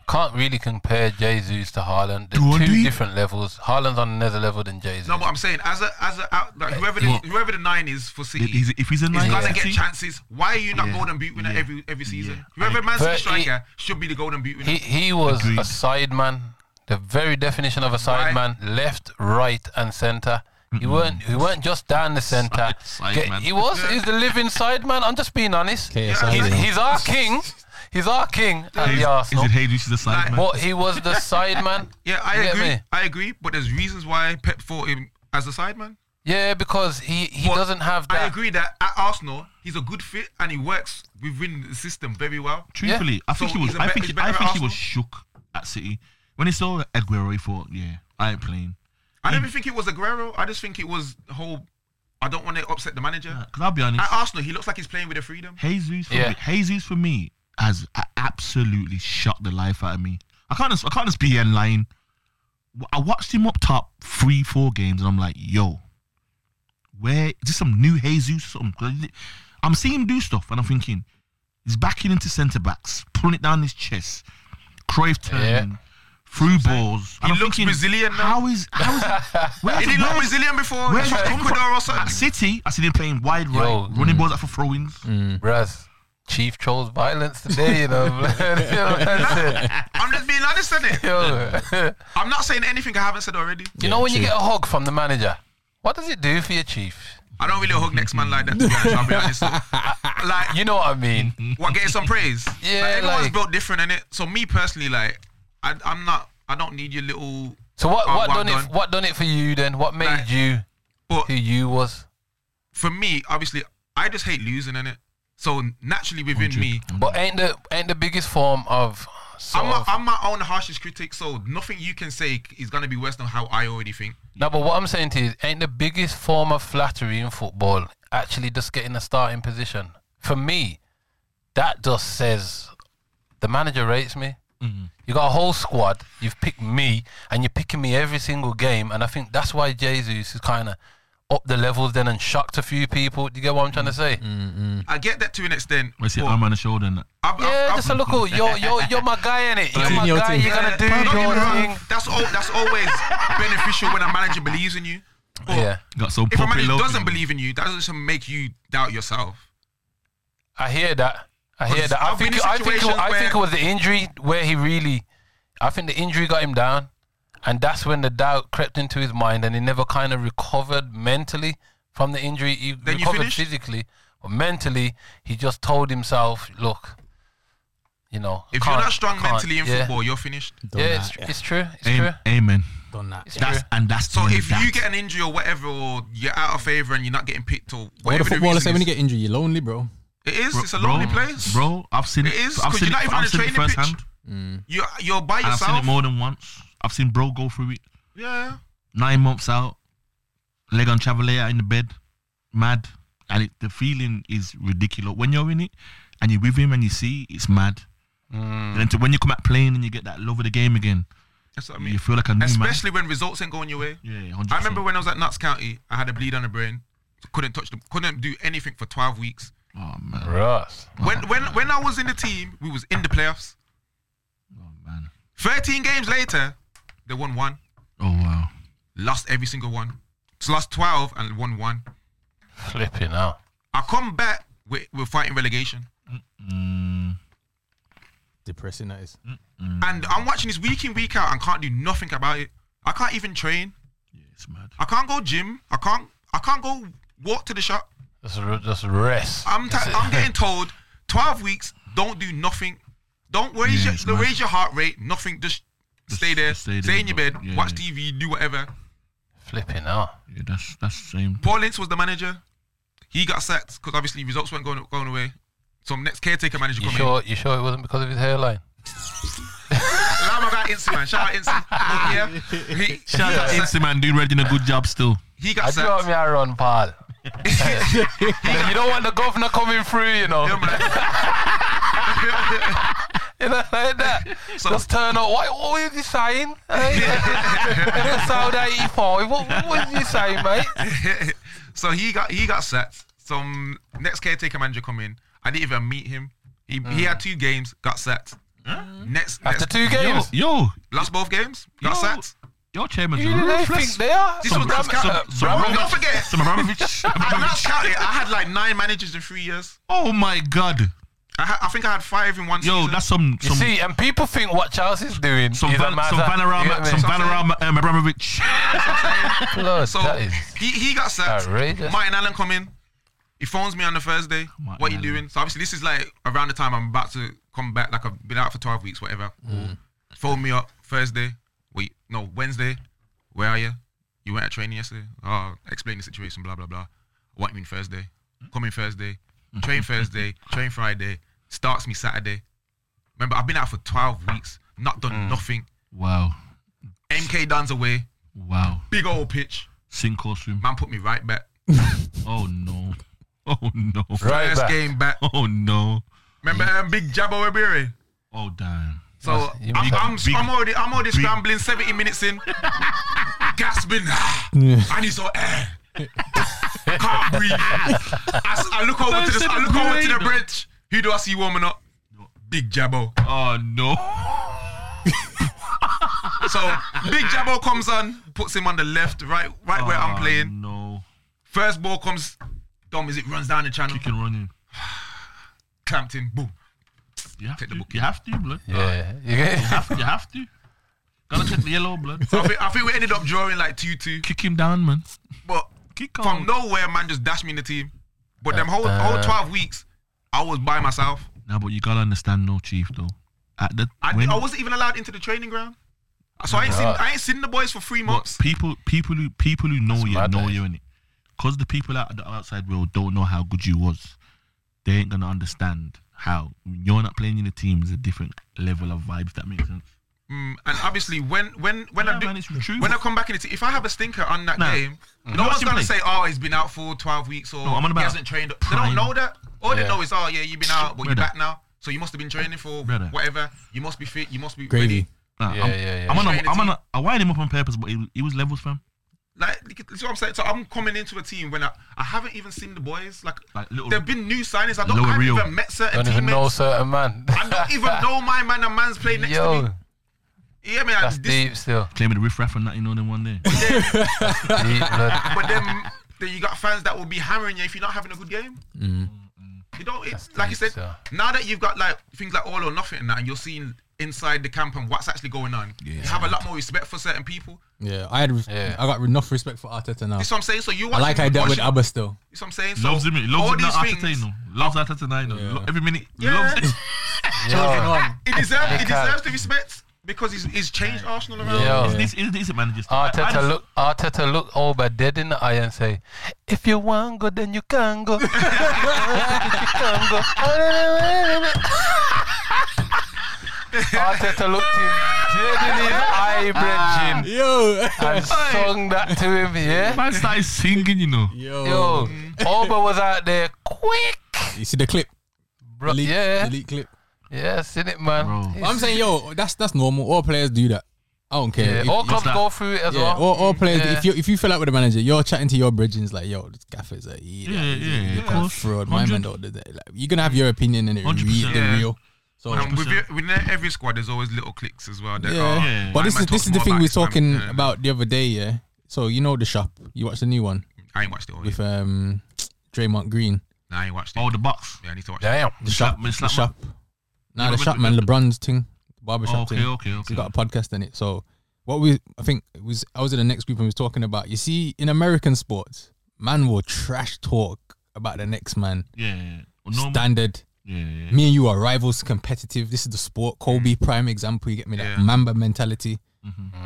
C: can't really compare Jesus to Haaland. They're
D: Do you want
C: two
D: to eat?
C: different levels. Haaland's on another level than Jesus.
B: No, but I'm saying as a as a out, like whoever the,
D: What?
B: whoever the nine is for City,
D: If
B: he's,
D: he's, if he's a nine,
B: gonna
D: see?
B: get chances. Why are you not
D: Yeah.
B: golden boot winner
D: Yeah.
B: every every season?
D: Yeah.
B: Whoever man's
C: But
B: the
C: he-
B: striker should be the golden boot winner.
C: He he was
D: Agreed.
C: a sideman, the very definition of a sideman, left, right, and centre. He weren't he weren't just down the centre.
D: Side-
C: Ge-
D: sideman.
C: he was he's the living sideman. I'm just being honest.
A: KSI,
C: He's,
A: you know.
C: he's our king. He's our king at
D: Hayes-
C: the Arsenal.
D: Is it Hayes who's the
B: Like,
D: side man?
C: But he was the
D: <laughs>
C: sideman.
B: yeah, I
C: You get
B: agree.
C: me?
B: I agree. But there's reasons why Pep thought him as a sideman.
C: Yeah, because he, he
B: But
C: doesn't have that.
B: I agree that at Arsenal he's a good fit and he works within the system very well.
D: Truthfully, I think
B: So
D: he was.
B: he's a
D: I
B: better-
D: think,
B: he's
D: I
B: better at
D: think he was
B: Arsenal?
D: shook at City when he saw Aguero. He thought, "Yeah, I ain't playing."
B: I don't even think it was Aguero. I just think it was the whole. I don't want to upset the manager.
D: Because I'll be honest,
B: At Arsenal, he looks like he's playing with a freedom.
D: Jesus, for
C: Yeah.
D: me, Jesus for me has a- absolutely shot the life out of me. I can't, just, I can't just be in line. W- I watched him up top three, four games, and I'm like, "Yo, where is this some new Jesus?" Something? 'Cause I'm seeing him do stuff, and I'm thinking, He's backing into centre backs, pulling it down his chest. Cruyff turning,
C: Yeah.
D: through balls.
B: He looks Brazilian now.
D: How is how
B: <laughs>
D: is where,
B: He didn't
D: where-
B: look Brazilian before.
D: where's
B: He's
D: that
B: from
D: come
B: Ecuador or
D: At
B: something.
D: City, I see them playing wide right,
C: Yo,
D: running
B: mm.
D: balls out for throw-ins.
C: Whereas Chief chose violence today, you know. <laughs> you know what I'm
B: I'm just being honest on it.
C: saying? Yo.
B: I'm not saying anything I haven't said already.
C: You know when you get a hug from the manager, what does it do for your chief?
B: I don't really hug next man like that. To be honest, I'll be honest. Like
C: You know what I mean?
B: what getting some praise.
C: Yeah,
B: like, everyone's
C: like-
B: built different in it. So me personally, like I, I'm not. I don't need your little.
C: So what,
B: Oh,
C: what
B: well
C: done it
B: done.
C: what done it for you then? What made
B: Like-
C: you
B: But
C: who you was?
B: for me, obviously, I just hate losing in it. So naturally within me,
C: But ain't the ain't the biggest form of sort
B: I'm my,
C: of,
B: I'm my own harshest critic. So nothing you can say is gonna be worse than how I already think.
C: No, but what I'm saying to you is ain't the biggest form of flattery in football actually just getting a starting position. For me, that just says the manager rates me.
A: Mm-hmm.
C: You got a whole squad. You've picked me, and you're picking me every single game. And I think that's why Jesus is kind of up the levels then and shocked a few people. Do you get what I'm trying to
A: Mm-hmm.
C: say?
B: I get that to an extent.
D: Where's the
B: but
D: arm on the shoulder and that?
B: I've- I've-
C: Yeah,
B: I've-
C: just a look. oh, You're you're you're my guy in it. You're
A: Continue
C: my
A: your
C: guy.
A: thing.
C: You're gonna do
B: Don't get me
C: your
B: wrong,
C: thing.
B: That's all. That's
C: <laughs>
B: always beneficial when a manager believes in you. But
C: Yeah,
D: Got so
B: If a
D: properly
B: manager
D: loaded.
B: doesn't believe in you, that doesn't make you doubt yourself.
C: I hear that. I hear
B: Because
C: that. I
B: I've been
C: think
B: in
C: I think it,
B: situations
C: I think it
B: where-
C: was the injury where he really. I think the injury got him down, and that's when the doubt crept into his mind, and he never kind of recovered mentally from the injury. He
B: Then you
C: recovered
B: finished?
C: physically, but mentally, he just told himself, "Look, you know,
B: If
C: can't-
B: you're not strong
C: can't-
B: mentally in
C: yeah.
B: football, you're finished.
C: yeah,
A: Done
C: it's,
A: that,
C: tr- it's true. It's true.
D: Am- Amen.
A: done that.
C: It's
D: That's
C: true.
D: and that's
B: So
D: the
B: if
D: that.
B: you get an injury or whatever, or you're out of favor and you're not getting picked or
A: What
B: whatever
A: a
B: the
A: footballer say
B: reason
A: when you
B: is,
A: get injured, you're lonely, bro.
B: it is.
D: Bro-
B: it's a lonely
D: bro,
B: place,
D: bro. I've seen it.
B: It is,
D: I've
B: 'cause you're
D: seen it.
B: not even on
D: I've
B: the
D: seen it
B: training pitch.
D: firsthand.
B: You're you're by
D: And I've seen
B: yourself.
D: it more than once. I've seen bro go through it.
B: yeah,
D: Nine months out, leg on Travelera in the bed, mad, and it, the feeling is ridiculous. When you're in it, and you're with him, and you see it's mad.
B: Mm.
D: And then to when you come out playing and you get that love of the game again,
B: that's what I
D: you
B: mean.
D: feel like a new
B: Especially when results ain't going your way.
D: man. Yeah, 100%.
B: I remember when I was at Notts County, I had a bleed on the brain, couldn't touch them, couldn't do anything for 12 weeks.
D: Oh man,
C: Russ.
B: When when when I was in the team, we was in the playoffs.
D: oh man,
B: 13 games later, they won one,
D: oh wow.
B: lost every single one. So lost 12 and won one.
C: Flipping out.
B: I come back, we're, we're fighting relegation.
D: Mm,
A: Depressing that is.
B: And I'm watching this week in, week out, and can't do nothing about it. I can't even train.
D: yeah, it's mad.
B: I can't go gym. I can't. I can't go walk to the shop.
C: Just r- just rest.
B: I'm. T-
C: That's it.
B: I'm getting told 12 weeks. Don't do nothing. Don't raise
D: Yeah,
B: your
D: it's
B: don't
D: mad.
B: raise your heart rate. Nothing. Just,
D: Just-
B: stay there.
D: just stay
B: stay
D: there,
B: in your
D: bro.
B: bed.
D: Yeah,
B: watch
D: yeah.
B: TV. Do whatever.
C: flipping out.
D: Yeah, that's that's the same.
B: Paul Lynch was the manager. He got sacked because obviously results weren't going going away. So next caretaker manager
C: You
B: coming.
C: sure? You sure it wasn't because of his hairline?
B: Lama got Ince man. Shout out Ince.
D: <laughs>
B: Look here. He,
D: Shout out
B: he got sacked.
D: Insta man, doing ready doing a good job still.
B: He
C: I
B: got
C: do want
B: sacked.
C: me a run, pal.
B: <laughs>
C: you don't want the governor coming through, you know.
B: Yeah, man.
C: You know, like that.
B: So-
C: Just turn up. What, what were you saying? Hey, <laughs>
D: <laughs>
B: <laughs>
C: South 85. What, what was you saying, mate?
B: <laughs> so he got he got sacked. Some next caretaker manager come in. I didn't even meet him. He, he
D: Mm.
B: had two games, got sacked. Next,
C: After
B: next
C: two games.
D: Yo,
B: lost both games, got
D: Yo.
B: sacked.
D: your chairman's
C: Who do they think
D: ruthless.
C: they are?
B: This was
C: Bram-
B: Rascal-
C: uh,
D: some- some
C: Bram-
D: Roman-
B: Don't forget,
D: <laughs> Some Abramovich.
B: I,
D: Abramovich.
B: last counted, I had like nine managers in three years.
D: Oh my god.
B: I, ha- I think I had five in one
D: Yo,
B: season.
D: that's some
C: You
D: some
C: see, and people think what Chelsea's doing
D: some
C: is a
D: Van,
C: matter.
D: some
C: You get
D: Vanarama,
C: me?
D: some
B: Something.
D: Vanarama um, Abramovich.
C: Blood,
B: so
C: that is
B: he, he got sacked.
C: outrageous.
B: Martin Allen come in. He phones me on the Thursday.
D: Martin
B: what are you
D: Allen.
B: doing? So obviously this is like around the time I'm about to come back. Like I've been out for twelve weeks, whatever.
C: Mm.
B: Phone me up Thursday. Wait, no Wednesday. Where are you? You went at training yesterday. Oh, explain the situation. Blah blah blah. What you mean Thursday? Come in Thursday.
C: <laughs>
B: Train Thursday. Train Friday. Starts me Saturday. Remember, I've been out for twelve weeks, not done
C: Mm.
B: nothing.
D: Wow.
B: MK Dunn's away.
D: Wow.
B: Big old pitch.
D: Sink costume.
B: Man put me right back.
D: Oh no. <laughs> Oh no.
C: Right
B: First
C: back.
B: game back.
D: Oh no.
B: Remember um, Big Jabba Webiri?
D: Oh damn.
B: So
C: you
B: I'm,
C: must have
B: I'm,
D: big-
B: I'm already I'm already
D: big-
B: scrambling 70 minutes in, gasping.
A: Yeah.
B: I need some air. Can't breathe. I, s- I look over to the I look over to the bridge. Who do I see warming up? Big Jabbo.
D: Oh no.
B: So Big Jabbo comes on, puts him on the left, right, right where I'm
D: Oh,
B: playing.
D: No.
B: First ball comes, Dom is it runs down the channel,
D: Kick and running.
B: clamped in, boom.
D: You have
B: Take the
D: to.
B: book.
D: You have to, blood.
C: Yeah. yeah.
D: You have to. Gotta check the yellow, blood.
B: So I think, I think we ended up drawing like two two.
D: Kick him down, man.
B: But
D: Kick
B: from
D: on.
B: nowhere, man, just dashed me in the team. But them whole
D: Uh,
B: whole twelve weeks, I was by myself.
D: Now, but you gotta understand, no chief though. At the
B: I,
D: when- Uh,
B: I wasn't even allowed into the training ground. So I ain't seen I ain't seen the boys for three
D: but
B: months.
D: people, people who people who know you
C: mad,
D: know
C: that
D: you in it, because the people out the outside world don't know how good you was. They ain't gonna understand how when you're not playing in the team is a different level of vibes. That makes sense.
B: Mm, and obviously, when when when I
D: Yeah,
B: do,
D: man, it's true.
B: when I come back in the team, if I have a stinker on that
D: Nah. Mm-hmm.
B: game,
D: You
B: no
D: watch
B: one's
D: him
B: gonna
D: play.
B: say, "Oh, he's been out for twelve weeks," or
D: No, I'm on
B: he
D: about
B: hasn't trained. They
D: prime.
B: don't know that. All they
C: Yeah.
B: know is, "Oh, yeah, you've been out, but
D: Brother.
B: you're back now, so you must have been training for
D: Brother.
B: whatever. You must be fit. You must be
A: Gravy.
B: ready."
D: Nah,
C: Yeah,
D: I'm,
C: yeah, yeah.
D: I'm on.
B: Train
D: A,
B: the
D: I'm on.
B: team.
D: A, I wired him up on purpose, but he, was- he was levels, fam.
B: Like, look at- see what I'm saying? So I'm coming into a team when I, I haven't even seen the boys. Like,
D: Like little.
B: there've been new signings. I don't.
D: Lower
B: I haven't
D: Rio.
B: even met certain
C: Don't even
B: teammates.
C: know certain man.
B: I don't even know my man. A man's playing next to me.
C: Yo,
B: Yeah, man.
C: that's
B: this,
C: deep still.
D: claiming the riffraff and that, you know, them
B: <laughs>
D: one day.
C: Deep blood.
B: But then, then you got fans that will be hammering you if you're not having a good game. You don't. It,
C: Mm. That's
B: like I
C: deep,
B: said,
C: sir.
B: now that you've got like things like all or nothing and that, and you're seeing inside the camp and what's actually going on, you have a lot more respect for certain people.
A: Yeah, I had. res-
C: Yeah.
A: I got enough respect for Arteta now.
B: That's what I'm saying. So you
A: I
B: watch
A: like how I dealt with
B: watch-
A: Abba still.
B: That's what I'm saying. So
D: loves him. He
B: all
D: loves it.
B: these
D: Not Arteta,
B: things.
D: you know. Loves Arteta, you know.
A: Yeah.
D: Lo- Every minute. he
B: Yeah.
D: Loves it.
C: Yo,
B: It deserves.
C: They
B: It
C: can't.
B: deserves the respect because he's, he's changed Arsenal around.
C: yo.
D: This is this is manager.
C: Arteta look, Arteta look over dead in the eye and say, "If you want go, then you can go. <laughs> If you can go." <laughs> Arteta looked him dead in his eye,
A: Ah.
C: bridging,
A: Yo,
C: and sung that to him. Yeah,
D: Man started singing, you know.
A: yo.
C: yo, Oba was out there quick,
A: You see the clip?
C: bro.
A: Elite,
C: yeah,
A: elite clip.
C: yeah, seen it, man.
D: Bro.
C: It's-
A: But I'm saying, yo, that's that's normal. All players do that. I don't care.
C: yeah,
A: If-
C: all
A: if-
C: clubs
D: that-
C: go through it as
A: yeah,
C: well.
A: all, all players.
C: Yeah.
A: If you if you fell out with the manager, you're chatting to your bridgings like, yo, this gaffer's a yeah,
D: Yeah, yeah, yeah, of course.
A: fraud. My man
D: 100.
A: don't do that. Like, you're gonna have your opinion and it re-
D: 100%.
A: the
B: Yeah.
A: real. So
B: And with, your- with every squad, there's always little clicks as well. That
A: yeah.
B: are,
A: But
B: my
A: this
B: man
A: is
B: talks
A: this is the
B: more
A: thing
B: about
A: we were
B: his man.
A: talking
B: Yeah.
A: about the other day, yeah. So you know the shop. You watch the new one
B: I ain't watched it. All yet.
A: with um Draymond Green.
B: Nah, I ain't watched it.
D: Oh, the box.
B: yeah, I need to watch it.
C: Damn.
A: The
D: Slap-
A: shop.
D: Miss
A: The
D: Slapman.
A: shop. Nah, the
D: remember
A: shop
D: the-
A: man, LeBron's thing, the barbershop
D: Oh, okay,
A: thing.
D: okay, okay.
A: He's got a podcast in it. So what we I think it was I was in the next group and we was talking about. You see, in American sports, man will trash talk about the next man.
D: Yeah, yeah. Normal.
A: Standard.
D: yeah, yeah.
A: Me and you are rivals, competitive. This is the sport. Kobe, prime example. You get me that
B: Yeah.
A: Mamba mentality,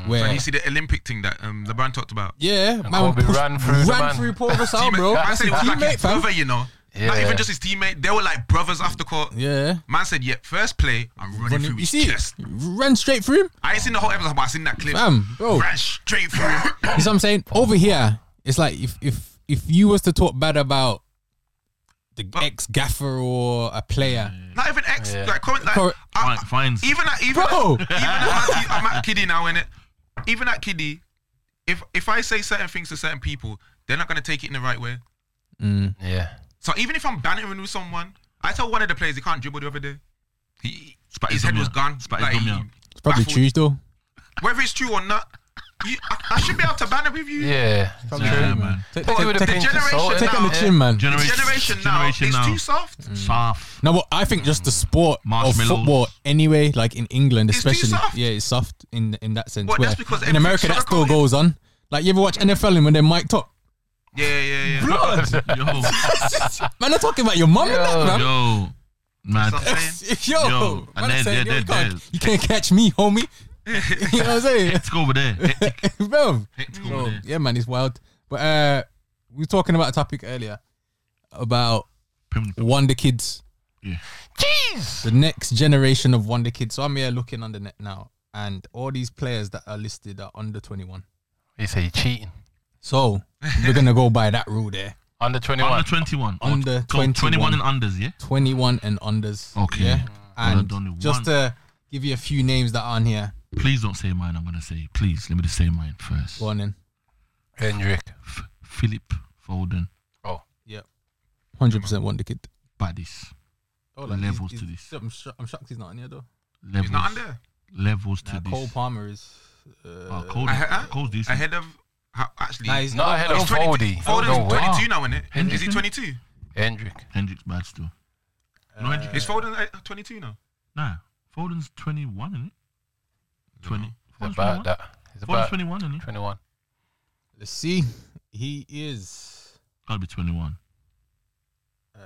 A: where
B: And you see the Olympic thing that um, LeBron talked about.
A: yeah, man
C: Kobe
A: pushed-
C: ran through the
A: ran
C: man.
A: through Paul Gasol,
B: Teammate-
A: bro.
B: Man
A: That's
B: said
A: his
B: it was like
A: teammate,
B: his
A: fam.
B: brother, you know. Not
C: Yeah.
B: even just his teammate. They were like brothers after court.
A: Yeah,
B: Man said, "Yeah, first play, I'm running
A: Running-
B: through
A: you
B: his
A: see, it?
B: chest."
A: ran straight through him,
B: I ain't seen the whole episode, but I seen that clip.
A: fam, bro.
B: Ran straight through him.
A: You see what I'm saying? Over here, it's like if if if you was to talk bad about the
B: But-
A: ex gaffer or a player,
B: Not even ex.
C: Yeah.
B: Like, comment, like
A: Correct.
B: I,
D: Fine, fines.
B: even at even
A: bro,
D: <laughs>
B: even at, my te- I'm at kiddie now, innit? Even at kiddie, if if I say certain things to certain people, they're not gonna take it in the right way.
C: Yeah.
B: So even if I'm bantering with someone, I told one of the players he can't dribble the other day. He,
D: Spat
B: his
D: his
B: head
D: dummy
B: was
D: out.
B: gone.
D: Spat his dummy out.
A: it's probably
B: baffled.
A: true though.
B: whether it's true or not, you, I, I should be able to banter with you.
C: Yeah.
A: Probably
D: Yeah,
A: true,
D: man.
A: Take,
B: But
A: take-
C: with
B: the
C: a
A: take-
C: pinch of
B: generation
C: salt in
A: take it
C: that.
A: on the
B: now,
A: chin, man.
B: The
D: Generation,
B: generation now,
D: generation
B: it's
D: now.
B: too soft.
A: Mm.
D: Soft.
A: No, but I think just the sport of
D: Marshmallows.
A: football anyway, like in England
B: It's too
A: especially,
B: soft.
A: yeah, it's soft in in that sense.
B: Well,
A: where
B: that's because
A: in America that
B: everything's
A: still
B: sugarcoated.
A: goes on. Like you ever watch NFL and when they're mic'd up, <laughs>
B: Yeah, yeah, yeah.
D: Yo,
A: man, I'm talking about your mum and that,
C: Yo.
A: man.
D: <laughs> yo, man.
B: That's what I'm saying.
A: <laughs> Yo,
D: Yo,
A: man,
D: and
A: I'm
D: they're-
A: saying,
D: they're-
A: yo, you,
D: they're-
A: can't, you can't catch me, homie. <laughs> you know what I'm saying?
D: Let's go over there. Hectic,
A: <laughs> Bro,
D: hectic
A: So,
D: over there.
A: yeah, man, it's wild. But uh, we were talking about a topic earlier about
D: Pim-
A: Wonder Kids,
C: Jeez.
A: the next generation of Wonder Kids. So I'm here looking on the net now, and all these players that are listed are under 21.
C: You say you're cheating.
A: So we're gonna go by that rule there.
C: Under 21.
D: Under 21. Oh,
A: Under
D: so 21
A: 21.
D: and unders, yeah?
A: 21 and unders.
D: Okay.
A: Yeah.
D: Well,
A: And
D: done with
A: just
D: one.
A: to give you a few names that aren't here.
D: Please don't say mine. I'm going to say, please, let me just say mine first.
A: Go on in.
C: Hendrick.
D: F- Philip Foden.
C: Oh.
A: 100% Wonder Kid.
D: Baddies.
A: Oh,
D: Levels to this.
A: I'm, sho- I'm shocked he's not in here though.
D: Levels,
B: He's not on there.
D: levels to
A: Nah,
D: this.
A: Cole Palmer is. Uh,
D: Oh, Cole,
B: I- I-
D: Cole's decent.
B: Ahead of ha- actually.
A: nah, he's
C: Not
A: not.
C: ahead of Oh,
B: he's 22.
C: Foldy.
B: Foden's
C: No way.
B: 22 now, isn't it? Is he
D: Henderson?
B: 22?
C: Hendrick.
D: Hendrick's bad still. No, Hendrick-
B: Is Foden uh, 22 now?
D: Nah, Foden's 21, isn't it? 20. Foden's
C: About
D: 21.
C: that. It's
D: Foden's
C: about
D: 21, isn't it?
C: 21.
A: Let's see. He is.
D: Gotta be 21.
A: Uh,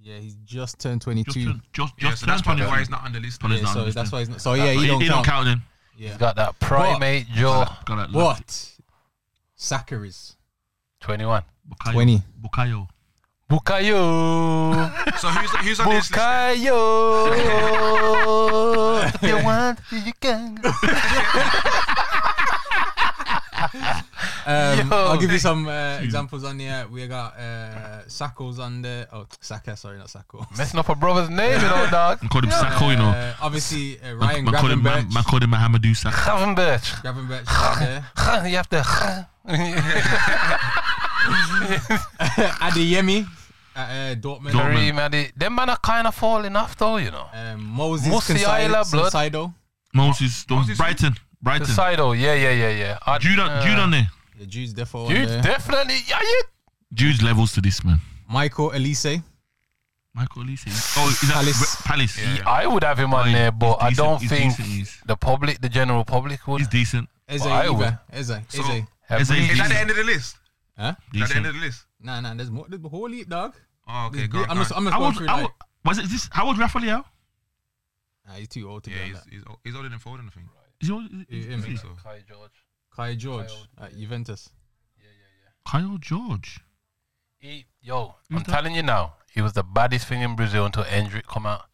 A: yeah, he's just turned 22.
D: Just, turned- just, just
B: Yeah, so
D: turned
B: that's probably
D: 21.
B: why he's not on the list.
D: Foden's
A: yeah,
D: not on
A: so
D: this
A: that's
D: thing.
A: why he's not. So
D: But
A: yeah, he
D: he,
A: don't
D: he
A: count.
D: then.
A: Yeah.
C: He's got that primate jaw.
D: Got that left.
A: What? Saka is
C: 21.
D: Bukayo.
A: 20.
D: Bukayo.
C: Bukayo.
B: So who's who's on this list? then?
C: Bukayo. you want, you can.
A: Um,
C: Yo.
A: I'll give you some uh, examples on here. We got uh, Sacco's on there. Oh, Saka, sorry, not Sacco. <laughs>
C: Messing up a brother's name, you know, dog.
D: I called him Sacco, you know.
A: Uh, obviously, uh,
D: I
A: Ryan
D: called him
A: Gravenberch.
D: I called him Mahamadou Sacco.
C: Gravenberch.
A: Gravenberch is on there.
C: <laughs> You have to. <laughs>
A: <laughs> Adeyemi at uh, Dortmund.
D: Dortmund.
C: Kareem, Adey- Them man are kind of falling off, though, you know.
A: Um, Moses
C: Musiala, blood.
A: Consido.
D: Moses, Don-
B: Moses-
D: Brighton. Brighton.
C: Sido, oh, yeah, yeah, yeah, yeah. I-
D: Jude, on-
C: uh,
D: Jude on there.
A: Yeah, Jude's defo on
C: Jude,
A: there.
C: definitely. Yeah, you.
D: Jude's levels to this, man.
A: Michael Elise.
D: Michael Elise. Oh, is that
A: Palace.
D: Re- Palace.
B: Yeah.
C: I would have him on
D: Oh, yeah.
C: there, but
D: He's
C: I don't
D: decent.
C: think
D: He's decent, he's-
C: the public, the general public, would.
D: He's decent.
A: Eze
C: Well, I would.
A: Eva. Eze. Eze.
C: have
D: Is he-
C: really-
B: Is that the end of the list?
A: Huh?
B: Is that the end of
D: decent.
B: the list?
A: Nah, nah, there's more. There's a whole heap, dog.
B: Oh, okay,
A: There's-
B: go on.
A: I'm
B: go
A: just,
B: on.
A: I'm just
D: How
A: going
D: old,
A: through
D: how,
A: like,
D: old- was it this? How old Raphael?
A: nah, he's too old to
B: Yeah,
A: be on
B: he's,
A: that.
B: he's, he's older than Foden, I think.
D: Is he, old- is- is-
A: Yeah,
D: is
A: mate.
D: he?
B: So.
C: Kai George.
A: Kai George
C: old,
A: at Juventus.
D: Kyle George.
C: He, yo, I'm
D: Who's that?
C: telling you now, he was the baddest thing in Brazil until Endrick come out.